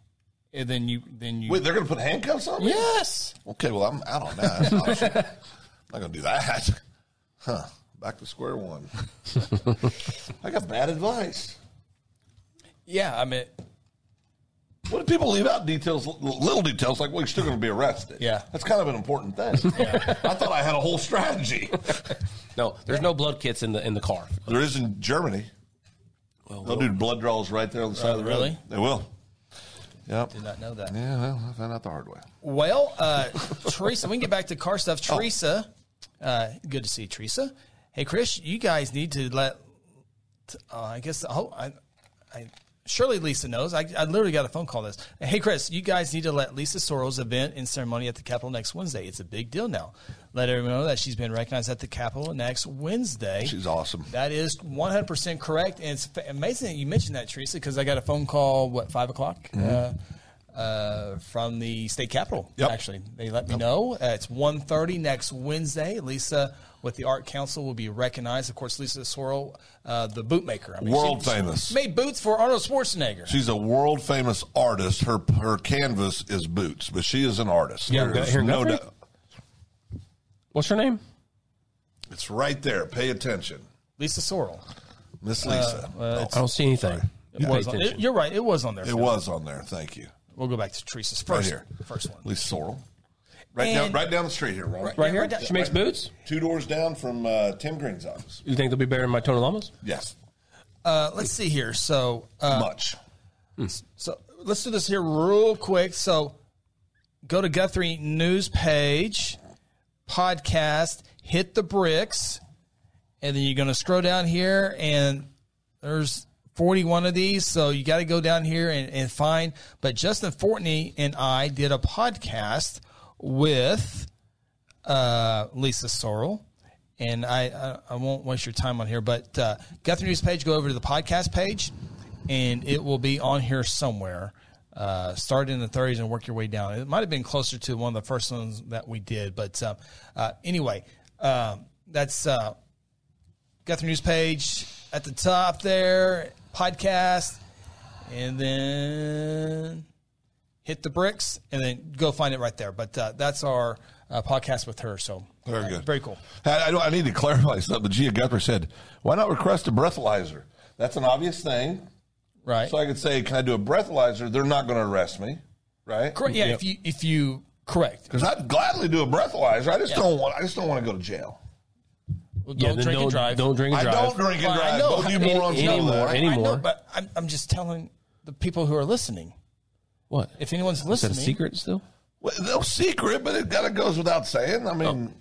and then you then you. Wait, they're going to put handcuffs on me? yes. Okay, well, I'm out on that. That's an option. I'm (laughs) not going to do that. Huh. Back to square one. (laughs) I got bad advice. Yeah. I mean. What do people leave out details, l- little details, like, well, you're still going to be arrested? Yeah. That's kind of an important (laughs) thing. I thought I had a whole strategy. (laughs) no, there's no blood kits in the in the car. There is in Germany. They'll do blood draws right there on the side of the road. Oh, really? They will. Yep. Did not know that. Yeah, well, I found out the hard way. Well, uh, Teresa, we can get back to car stuff. Teresa, uh, good to see you, Teresa. Hey, Chris, you guys need to let. t- Uh, I guess. Oh, I, I surely Lisa knows. I, I literally got a phone call. This. Hey, Chris, you guys need to let Lisa Soros event and ceremony at the Capitol next Wednesday. It's a big deal now. Let everyone know that she's been recognized at the Capitol next Wednesday. She's awesome. That is 100% correct. And it's fa- amazing that you mentioned that, Teresa, because I got a phone call, what, 5 o'clock? Mm-hmm. Uh, uh, from the state capitol, Yep. actually. They let me know. Uh, it's 1.30 next Wednesday. Lisa with the Art Council will be recognized. Of course, Lisa Sorrell, uh, the bootmaker. I mean, World she- she famous. made boots for Arnold Schwarzenegger. She's a world famous artist. Her her canvas is boots, but she is an artist. Yeah, There's here in no Guthrie? doubt. What's her name? It's right there. Pay attention, Lisa Sorrell. Uh, Miss Lisa. I don't see anything. You pay Was on- it- attention. you're right. It was on there. it was on there. Thank you, We'll go back to Teresa's first, here. first one. Lisa Sorrel. Right down, And- right down the street here, Ron. right here. right down- she makes boots. Two doors down from uh, Tim Green's office. You think they'll be better than my Tony Llamas? Yes, Uh, let's see here. So uh, much. So let's do this here real quick. So go to Guthrie news page, podcast, hit the bricks, and then you're going to scroll down here, and there's 41 of these. So you got to go down here and, and find. But Justin Fortney and I did a podcast with uh, Lisa Sorrell. And I, I, I won't waste your time on here, but uh, Guthrie News page, go over to the podcast page, and it will be on here somewhere. Uh, start in the 30s and work your way down. It might have been closer to one of the first ones that we did, but uh, uh, anyway, um, that's uh, Guthrie News page at the top there, podcast, and then hit the bricks, and then go find it right there. But uh, that's our uh, podcast with her. So Very uh, good. very cool. I, I, don't- I need to (laughs) clarify something. But Gia Guthrie said, "Why not request a breathalyzer? That's an obvious thing. Right. So I could say, can I do a breathalyzer? They're not going to arrest me, right? correct. Yeah. If you if you correct, Because I'd gladly do a breathalyzer. I just don't want. I just don't want to go to jail. Well, Yeah, don't then drink don't, and drive. Don't drink and I drive. don't drink and Well, I drive. know. Both you Any- morons know anymore, that. I know, anymore. but I'm, I'm just telling the people who are listening. What? If anyone's Is that listening, a secret still? Well, no secret, but it kind of goes without saying. I mean,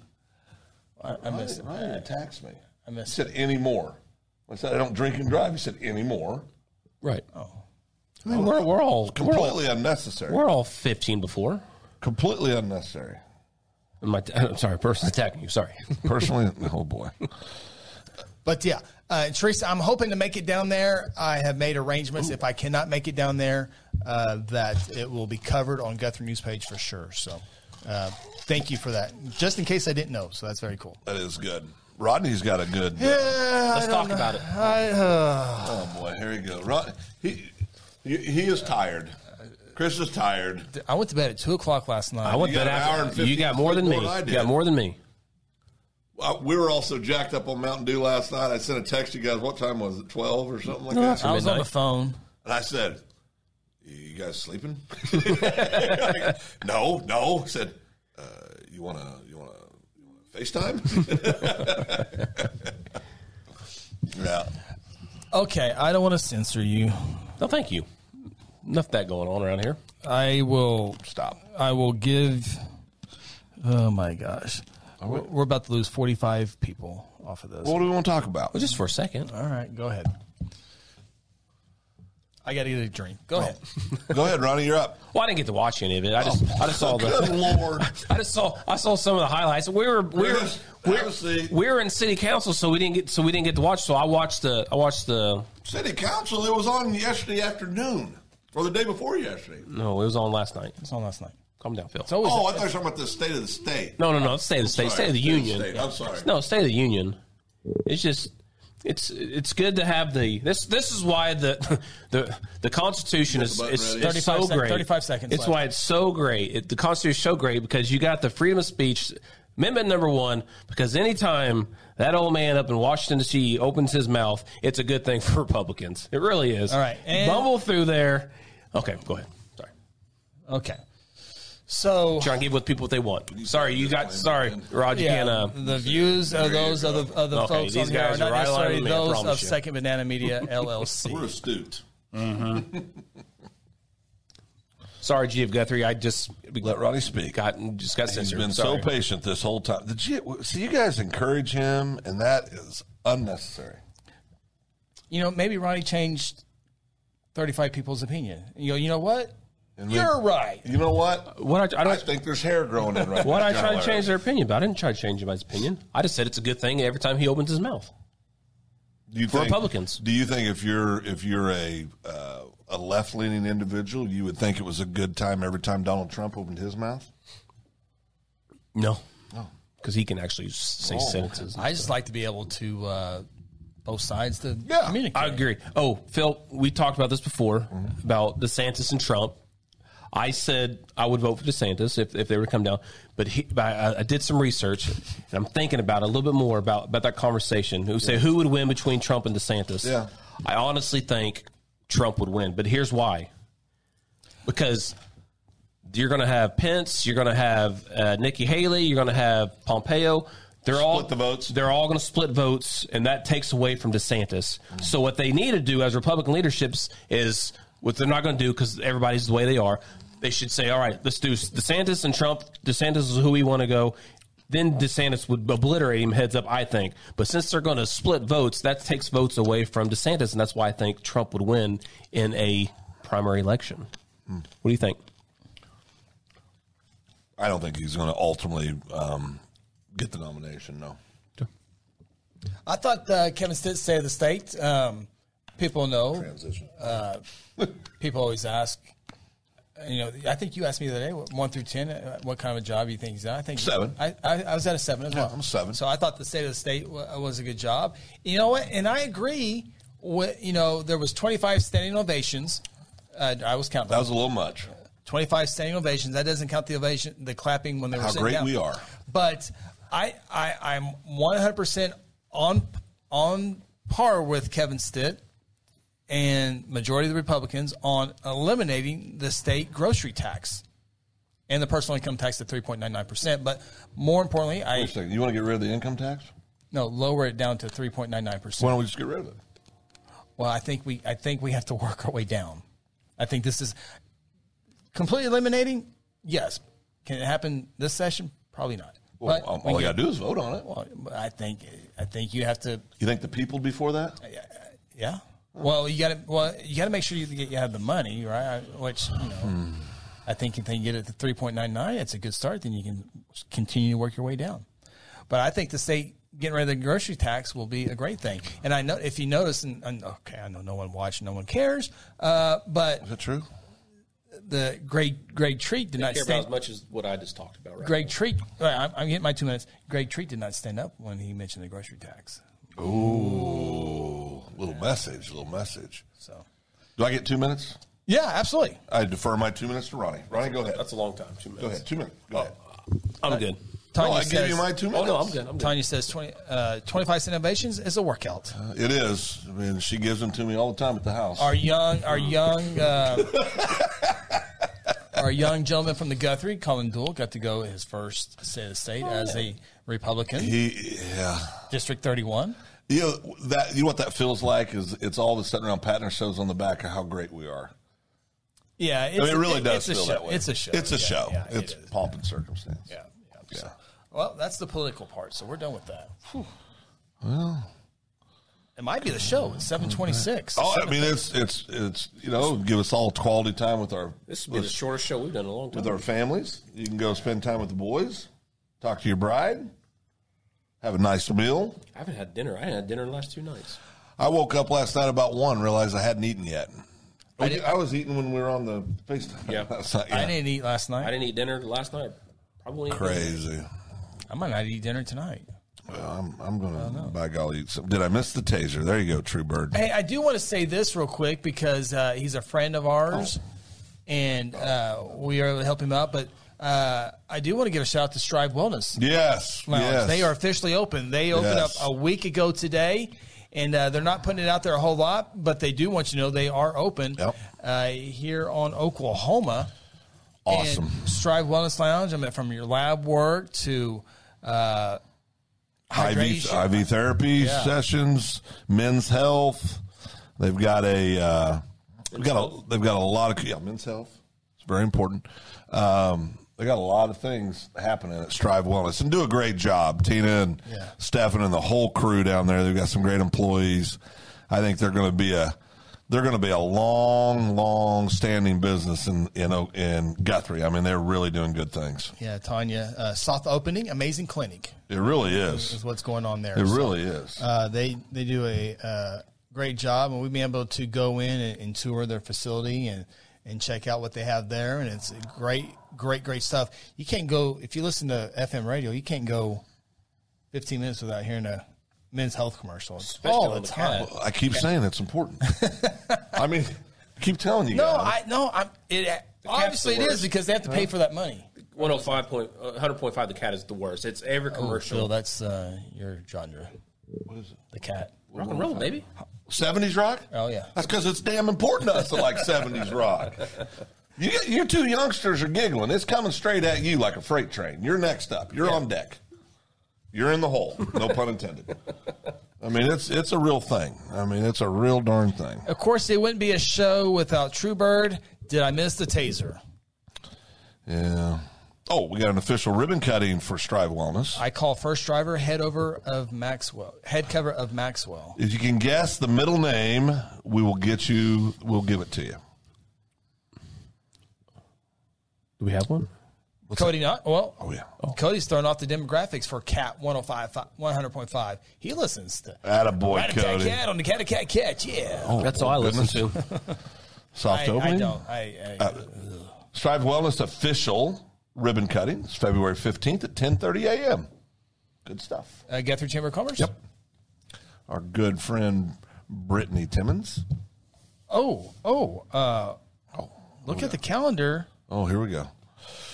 I, I missed it. Ryan attacks me. I missed He said, any more. I said, I don't drink and drive. He said, any more. Right. I mean, we're, we're all we're all, Oh. Completely unnecessary. we're all 15 before. Completely unnecessary. And my, (laughs) I'm sorry, person attacking you. Sorry. (laughs) Personally, oh boy. But yeah, uh, Teresa, I'm hoping to make it down there. I have made arrangements. If I cannot make it down there, uh, that it will be covered on Guthrie News page for sure. So uh, thank you for that. Just in case I didn't know. So that's very cool. That is good. Rodney's got a good. (laughs) Let's talk about it. uh, Oh boy, here we go. Rod, he, he he is tired. Chris is tired. I went to bed at 2 o'clock last night. I went You that got an hour and after. 15 You got more than me. more than I You did. got more than me. Uh, we were also jacked up on Mountain Dew last night. I sent a text to you guys. What time was it? Twelve or something like that. I was on the phone. And I said, "You guys sleeping?" (laughs) no, no. I said, uh, "You wanna you wanna you wanna Facetime?" (laughs) yeah. Okay, I don't want to censor you. No, thank you. Enough of that going on around here. I will. Stop. I will give. Oh my gosh, we're, we're about to lose 45 people off of this. What do we want to talk about? Well, just for a second. All right, go ahead. I got to get a drink. Go ahead. Go ahead, Ronnie. You're up. Well, I didn't get to watch any of it. I just, Oh. I just saw Good (laughs) the, lord. I just saw, I saw some of the highlights. We were, we (laughs) were, Chris, we have a seat. we were in city council, so we didn't get, so we didn't get to watch. So I watched the, I watched the. City Council. It was on yesterday afternoon or the day before yesterday. No, it was on last night. It's on last night. Calm down, Phil. It's always Oh, I thought you were talking about the State of the State. No, no, no. Stay the state. Stay Sorry, the State of union. State. I'm sorry. No, State of the Union. It's just it's it's good to have the this this is why the (laughs) the the Constitution is button it's, ready. it's so 35 sec- great. 35 seconds It's left. why it's so great. It, the Constitution is so great because you got the freedom of speech amendment number one. Because anytime that old man up in Washington D.C. opens his mouth, it's a good thing (laughs) for Republicans. It really is. All right, and- bumble through there. Okay, go ahead. Sorry, okay. So trying to give with people what they want. Sorry, you got sorry, Rod. You yeah, can't. Uh, the views of those of the, of the Okay, folks these on here guys are not are right on necessarily me, I those promise of you. Second Banana (laughs) Media We're LLC. astute. Sorry, G of Guthrie. I just Let Ronnie speak. got just got He's censored. been Sorry. so patient this whole time. Did you see? You guys encourage him, and that is unnecessary. You know, maybe Ronnie changed thirty-five people's opinion. You go, you know what? we- You're right. You know what? What I, I I don't. think there's hair growing in right What now. I tried Larry. to change their opinion about. I didn't try to change anybody's opinion. I just said it's a good thing every time he opens his mouth. do you for Republicans. Do you think if you're if you're a uh, a left leaning individual, you would think it was a good time every time Donald Trump opened his mouth? No, no, because he can actually s- say sentences. I just like to be able to uh, both sides to Yeah, communicate. I agree. Oh, Phil, we talked about this before about DeSantis and Trump. I said I would vote for DeSantis if, if they were to come down, but, he, but I, I did some research and I'm thinking about it a little bit more about, about that conversation. Who say who would win between Trump and DeSantis? Yeah. I honestly think Trump would win, but here's why: because you're going to have Pence, you're going to have uh, Nikki Haley, you're going to have Pompeo. They're all Split the votes. They're all going to split votes, and that takes away from DeSantis. So what they need to do as Republican leaderships is what they're not going to do because everybody's the way they are. They should say, "All right, let's do DeSantis and Trump. DeSantis is who we want to go." Then DeSantis would obliterate him heads up, I think. But since they're going to split votes, that takes votes away from DeSantis, and that's why I think Trump would win in a primary election. Hmm. What do you think? I don't think he's going to ultimately um, get the nomination. No. I thought uh, Kevin Stitt said of the state. Um, people know. Transition. People always ask. You know, I think you asked me the other day, what- one through ten, uh, what kind of a job you think he's done. I think Seven. I, I, I was at a seven as well. I'm a seven. So I thought the state of the state wa- was a good job. You know what? And I agree. With, you know, there was 25 standing ovations. Uh, I was counting. that was a little much. 25 standing ovations. That doesn't count the ovation, the clapping when they were How sitting great down. we are. But I, I, I'm 100 percent on on par with Kevin Stitt and majority of the Republicans on eliminating the state grocery tax and the personal income tax at 3.99 percent. But more importantly, I Wait a second. You want to get rid of the income tax? no lower it down to 3.99 percent. Why don't we just get rid of it? Well, I think we I think we have to work our way down. I think this is completely eliminating. Yes, can it happen this session? Probably not. Well, Right. all- We all you get- got to do is vote on it. Well, I think I think you have to. You think the people before that? Yeah. Well, you got to. Well, you got to make sure you get you have the money, right? Which you know, I think if they can get it to three point nine nine, it's a good start. Then you can continue to work your way down. But I think the state getting rid of the grocery tax will be a great thing. And I know if you notice, and, and okay, I know no one watched, no one cares, uh, but Is that true? the Greg Greg Treat did not care about stand. as much as what I just talked about. Right. Greg Treat, all right, I'm, I'm getting my two minutes. Greg Treat did not stand up when he mentioned the grocery tax. Ooh, little message, little message. So, Do I get two minutes? yeah, absolutely. I defer my two minutes to Ronnie. Ronnie, go ahead. That's a long time. Two minutes. Go ahead. Two minutes. Go ahead. I'm good. No, Tanya I Oh. says- gave you my two Oh minutes. no, I'm good. I'm good. Tanya says 20, uh, 25 cent innovations is a workout. Uh, It is. I mean, she gives them to me all the time at the house. Our young, our (laughs) young, uh, our young gentleman from the Guthrie, Colin Dool, got to go his first state of state as a Republican, Oh, He, yeah. District 31. You know, that, you know what that feels like is it's all the sitting around patting ourselves on the back of how great we are. Yeah, it's, I mean, it really it- does It's feel a show. that way. It's a show. It's a Yeah, show. yeah, it it's is. pomp and circumstance. Yeah, yeah. Yeah. So- well, that's the political part, so we're done with that. Well, it might be the show. It's 726. Oh, I mean, it's it's it's you know, give us all quality time with our This has been the shortest show we've done in a long time. with our families. You can go spend time with the boys, talk to your bride, have a nice meal. I haven't had dinner. I haven't had dinner in the last two nights. I woke up last night about one, realized I hadn't eaten yet. I, did- was eating when we were on the FaceTime. Yeah. (laughs) last night. I Yeah. didn't eat last night. I I, didn't eat dinner last night. I won't eat dinner. Crazy. might not eat dinner tonight. Well, I'm I'm gonna by golly eat some. Did I miss the taser? There you go, True Bird. Hey, I do want to say this real quick because uh, he's a friend of ours, Oh. and uh, we are helping him out. But uh, I do want to give a shout out to Strive Wellness Yes, Lounge. yes. They are officially open. They opened Yes. up a week ago today, and uh, they're not putting it out there a whole lot, but they do want you to know they are open Yep. uh, here on Oklahoma. awesome. And Strive Wellness Lounge. I mean, from your lab work to uh, IV, hydration. IV therapy sessions, men's health. They've got a uh, they've got a they've got a lot of yeah, men's health. It's very important. Um, they got a lot of things happening at Strive Wellness and do a great job. Tina and Yeah. Stefan and the whole crew down there. They've got some great employees. I think they're going to be a they're going to be a long, long standing business in in O- in Guthrie. I mean, they're really doing good things. Yeah, Tanya, uh, soft opening, amazing clinic It really is is. what's going on there. It So, really is. uh, they they do a uh, great job, and we've been able to go in and, and tour their facility and and check out what they have there, and it's great, great, great stuff. You can't go if you listen to FM radio, you can't go fifteen minutes without hearing a men's health commercial It's all on the the time. cat. I keep saying it's important. (laughs) I mean, I keep telling you. No, guys. I no, I'm it. Obviously, it worst. is because they have to pay for that money. 105 point, uh, 100.5, the cat is the worst. It's every commercial. that's uh, your genre. What is it? The cat. Rock and roll, baby. 70s rock? Oh, yeah. That's because it's damn important to us to like 70s rock. You, you two youngsters are giggling. It's coming straight at you like a freight train. You're next up. You're on deck. You're in the hole. No pun intended. I mean, it's it's a real thing. I mean, it's a real darn thing. Of course, it wouldn't be a show without True Bird. Did I miss the taser? Yeah. Oh, we got an official ribbon cutting for Strive Wellness. I call first driver head over of Maxwell, head cover of Maxwell. If you can guess the middle name, we will get you. We'll give it to you. Do we have one? Cody, not well. Oh yeah. Cody's thrown off the demographics for Cat 105, 100.5. He listens to Attaboy, Rat a Tat Cody. Cat on the Cat a Cat Catch. Yeah. Oh, That's all I listen to. Soft I, I opening. don't. I, Uh, I, Strive Wellness official ribbon cutting. It's February fifteenth at ten thirty a.m. Good stuff. uh, Guthrie Chamber of Commerce? Yep. Our good friend Brittany Timmons. Oh, oh. Uh, look at the calendar. Oh, here we go.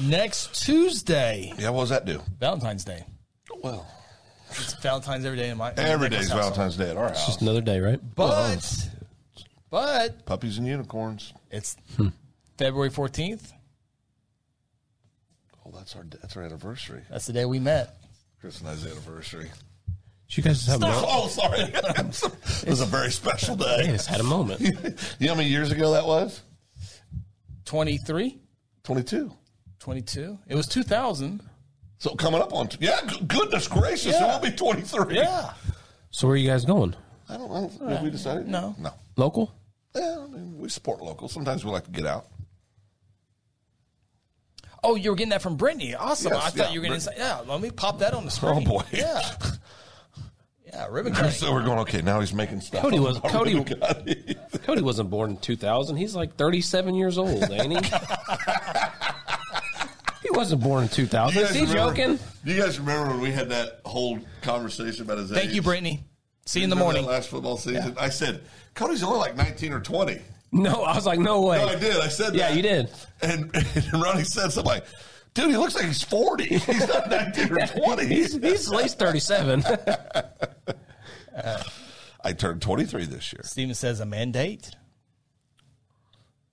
Next Tuesday, Yeah, what does that do? Valentine's Day. Well, It's Valentine's every day in my every Nicholas day's household. Valentine's Day at our house. Just another day, right? But but Puppies and unicorns. it's February fourteenth. Oh, that's our that's our anniversary. That's the day we met. Chris and I's anniversary. You guys just have a (laughs) Oh, sorry. it was a very special I day. just had a moment. (laughs) You know how many years ago that was? 23, 22. 22. It was 2000. So coming up on, t- yeah, g- goodness gracious, Yeah. it will be 23. Yeah. So where are you guys going? I don't, I don't have we decided? Uh, No. No. (laughs) Local? Yeah, I mean, we support local. Sometimes we like to get out. Oh, you were getting that from Brittany. Awesome. Yes, I thought yeah, you were going to Brittany. say, yeah, let me pop that on the Oh, screen. boy. Yeah. Yeah, ribbon cutting. (laughs) so we're going, okay, now he's making stuff. Cody up. was- Oh, Cody- my (laughs) God. Cody wasn't born in 2000. He's like 37 years old, (laughs) ain't he? he wasn't born in 2000. Is he remember- joking? You guys remember when we had that whole conversation about his Thank age? you, Brittany. See you in the Remember that morning. Last football season, I said Cody's only like nineteen or twenty. No, I was like, no way. No, I did. I said, Yeah, that. you did. And, (laughs) and Ronnie said something like, "Dude, he looks like he's forty. (laughs) He's not (laughs) nineteen or He's, twenty. he's at least 37. I turned twenty-three this year. Steven says a mandate.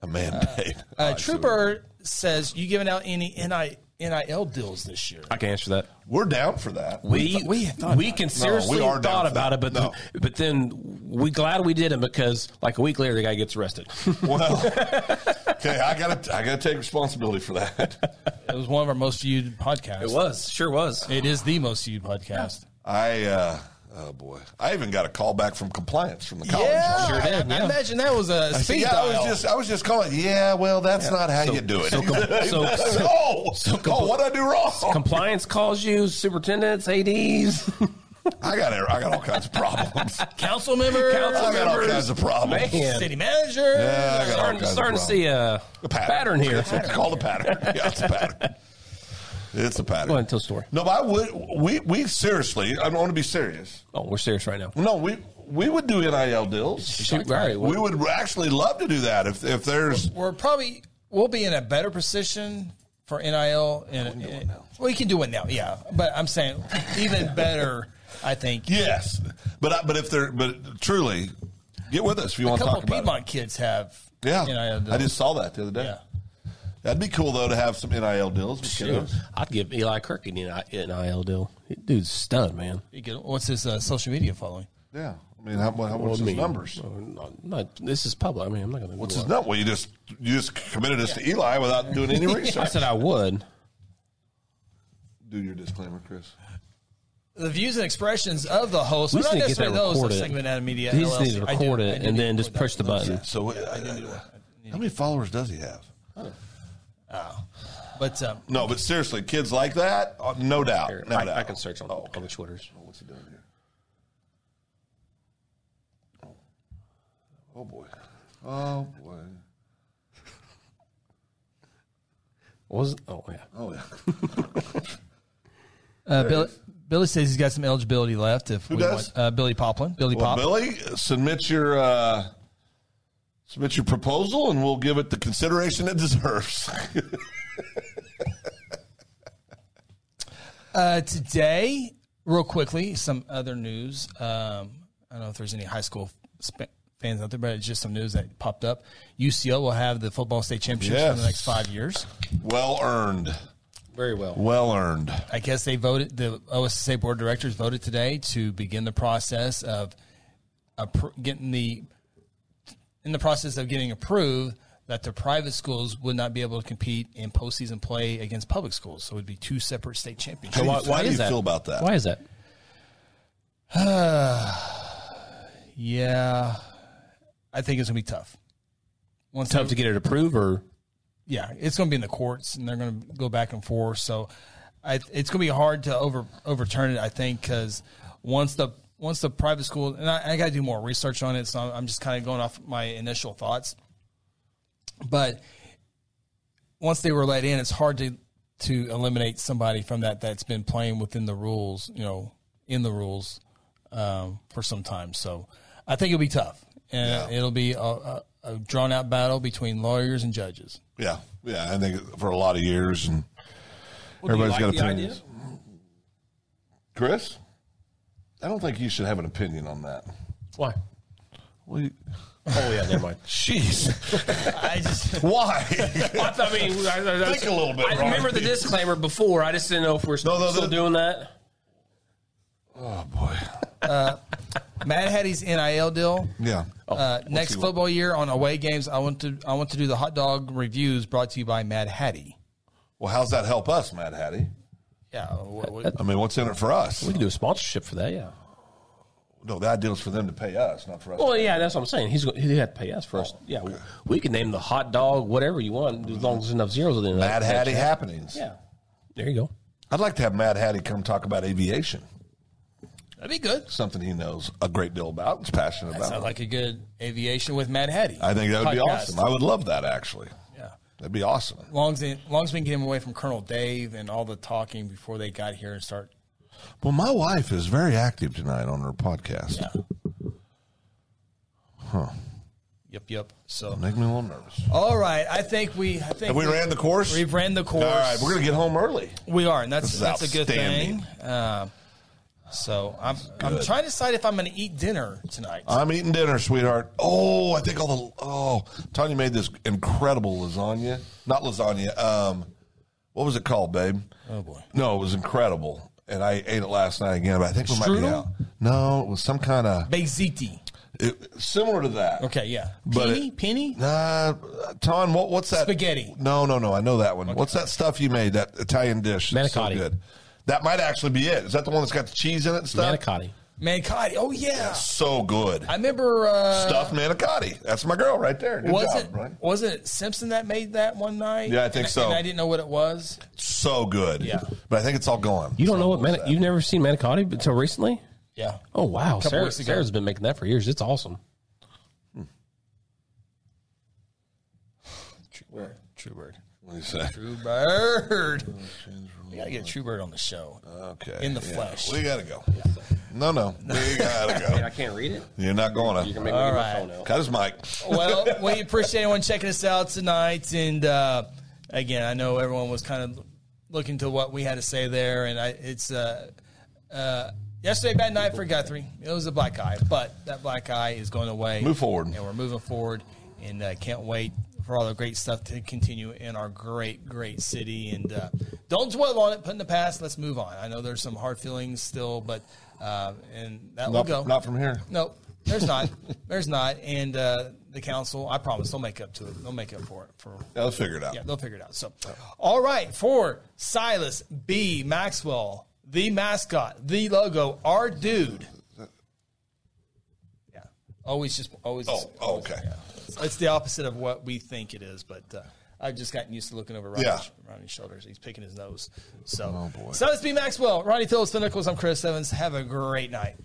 A mandate. Uh, Trooper says, you giving out any NI, NIL deals this year? I can answer that. We're down for that. We we, can seriously we are down thought for about that. it, but No. then, but then we glad we didn't because like a week later the guy gets arrested. Well, (laughs) okay, I gotta, I gotta take responsibility for that. (laughs) It was one of our most viewed podcasts. it was sure was. It is the most viewed podcast. I, uh, oh boy, I even got a call back from compliance from the college. Sure I- did, I, yeah. imagine that was a See, speed yeah, I dial. was just I was just calling. Yeah, well, that's not how you do it. (laughs) so com- so- so- oh, oh, what I do wrong? Compliance calls you, (laughs) superintendents, ads, I got I got all kinds of (laughs) problems. I council member, Council got all members. kinds of problems. Man. city manager. Yeah, I got all Starting, kinds of starting to problems. see a, A pattern, here. It's what's called a (laughs) pattern. Yeah, it's a pattern. It's a pattern. Go ahead and tell the story. No, but I would. We we seriously. I want to be serious. Oh, we're serious right now. No, we we would do nil deals. Shoot, all right, well, We would actually love to do that if if there's We're probably we'll be in a better position for NIL. And well, you can do it now, yeah. But I'm saying even better. I think yes, but I, but if there but truly get with us if you a want to couple talk of about it. Piedmont kids have Yeah, NIL. Deals. I just saw that the other day. Yeah. That'd be cool though to have some nil deals. with kiddos. I'd give Eli Kirk an NIL deal. Dude's stud, man. You get- What's his uh, social media following? Yeah, I mean, how, how, what's I his mean, numbers? well, not- not- this is public. I mean, I'm not going to. What's his number? Well, you just you just committed us to (laughs) Eli without doing any I research. said I would. Do your disclaimer, Chris. The views and expressions of the host, We but just not need to get that necessarily those of recorded. Segment Out of Media. He just needs to LLC. I do- record I it do and need then to just record push the that. button. So, uh, how many followers does he have? But um, No, but seriously, kids like that, uh, no doubt, no I, doubt. I can search on, on the Twitters. What's he doing here? Oh, oh boy, oh boy, What was oh yeah. oh (laughs) yeah. Uh, Billy, Billy says he's got some eligibility left. If we does? want uh, Billy Poplin, Billy Well, Pop, Billy, submit your uh, submit your proposal, and we'll give it the consideration it deserves. (laughs) Uh, today, real quickly, some other news. Um, I don't know if there's any high school sp- fans out there, but it's just some news that popped up. UCO will have the football state championships for Yes. the next five years. well earned, Very well. well earned. I guess they voted. The OSSA board of directors voted today to begin the process of appro- getting the in the process of getting approved that the private schools would not be able to compete in postseason play against public schools. So it would be two separate state championships. How why- do you- why how do is you that? feel about that? Why is that? Yeah, I think it's gonna be tough. Once Tough they- to get it approved or yeah, it's gonna be in the courts, and they're gonna go back and forth. So, I, it's gonna be hard to over overturn it. I think because once the once the private school, and I, I got to do more research on it. So I'm just kind of going off my initial thoughts. But once they were let in, it's hard to to eliminate somebody from that that's been playing within the rules, you know, in the rules um, for some time. So I think it'll be tough, and it'll be a, a, a drawn out battle between lawyers and judges. Yeah, yeah. I think for a lot of years, and everybody's got opinions. Chris, I don't think you should have an opinion on that. Why? Well, you, (laughs) Oh yeah, never (laughs) mind. jeez, I just why? I, thought- I mean, I, I- I- Think a little bit, I remember Ron. the disclaimer before. I just didn't know if we're No, no, still the- doing that. oh boy, Mad Hattie's NIL deal. yeah. Uh, next football year on away games, I want to I want to do the hot dog reviews brought to you by Mad Hattie. Well, how's that help us, Mad Hattie? Yeah. what- what- I mean, what's in it for us? We can do a sponsorship for that, yeah. No, the ideal is for them to pay us, not for us. Well, yeah, that's what I'm saying. He's going he had to pay us first. yeah, we- we can name the hot dog whatever you want as long as there's enough zeros at the end. of Mad that. Hattie happenings. Yeah, there you go. I'd like to have Mad Hattie come talk about aviation, That'd be good. something he knows a great deal about, is passionate That sounds about. like a good aviation with Mad Hattie. I think that would be podcast. awesome. I would love that actually. Yeah. That'd be awesome. Long's, in, Long's been getting away from Colonel Dave and all the talking before they got here and start. Well, my wife is very active tonight on her podcast. Yep, yep. So, Make me a little nervous. all right. I think we. I think Have we ran the course? We've ran the course. All right, we're gonna get home early. We are, and that's is that's a good outstanding. thing. Um, so I'm I'm good. Uh, trying to decide if I'm going to eat dinner tonight. I'm eating dinner, sweetheart. Oh, I think all the oh Tanya made this incredible lasagna. Not lasagna. Um, what was it called, babe? Oh, boy. No, it was incredible, and I ate it last night again. But I think we might be Strudel? out. No, it was some kind of Beziti. similar to that. Okay, yeah. But penny, it- penny. Nah, Ton, what, what's that? Spaghetti. No, no, no. I know that one. What's that stuff you made? That Italian dish. that's So Manicotti. good. That might actually be it. Is that the one that's got the cheese in it and stuff? Manicotti. Mancotti. Oh yeah. So good. I remember. Uh, stuff manicotti. That's my girl right there. Good Was job, it Brian. was it Simpson that made that one night? Yeah, I think And so. And I didn't know what it was. So good. Yeah. But I think it's all gone. You don't know what Mani- you've never seen Manicotti until recently. Yeah. Oh wow, Sarah, weeks ago. Sarah's been making that for years. It's awesome. True bird. True bird. What do you say? True bird. Oh, We gotta get True bird on the show. Okay. In the yeah. flesh. We gotta go. No, no. We gotta (laughs) go. can't read it. You're not gonna. make All right. Cut his mic. well, we appreciate anyone checking us out tonight. And uh, again, I know everyone was kind of looking to what we had to say there. And I, it's uh, uh, yesterday bad night for Guthrie. It was a black eye, but that black eye is going away. Move forward. and we're moving forward. And uh, can't wait for all the great stuff to continue in our great, great city. And uh, don't dwell on it. Put in the past. Let's move on. I know there's some hard feelings still, but uh, and that will Not, go. not from here. No, there's not. there's not. And uh, the council, I promise, they'll make up to it. They'll make up for it. For Yeah, let's figure it out. yeah, they'll figure it out. So, all right, for Silas B. Maxwell, the mascot, the logo, our dude. Yeah, always just always. Oh, oh, always- okay. yeah. It's, it's the opposite of what we think it is, but. Uh, I've just gotten used to looking over Ronnie's, Yeah. Ronnie's shoulders. He's picking his nose. So, Oh, boy. Silas B. Maxwell, Ronnie Phillips, Pinnacles. I'm Chris Evans. Have a great night.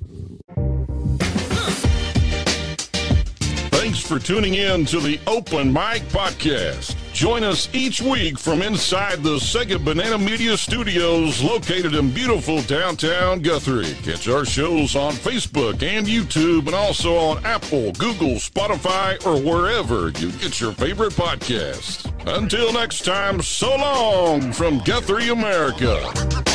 Thanks for tuning in to the Open Mic Podcast. Join us each week from inside the Sega Banana Media Studios located in beautiful downtown Guthrie. Catch our shows on Facebook and YouTube and also on Apple, Google, Spotify, or wherever you get your favorite podcasts. Until next time, so long from Guthrie, America.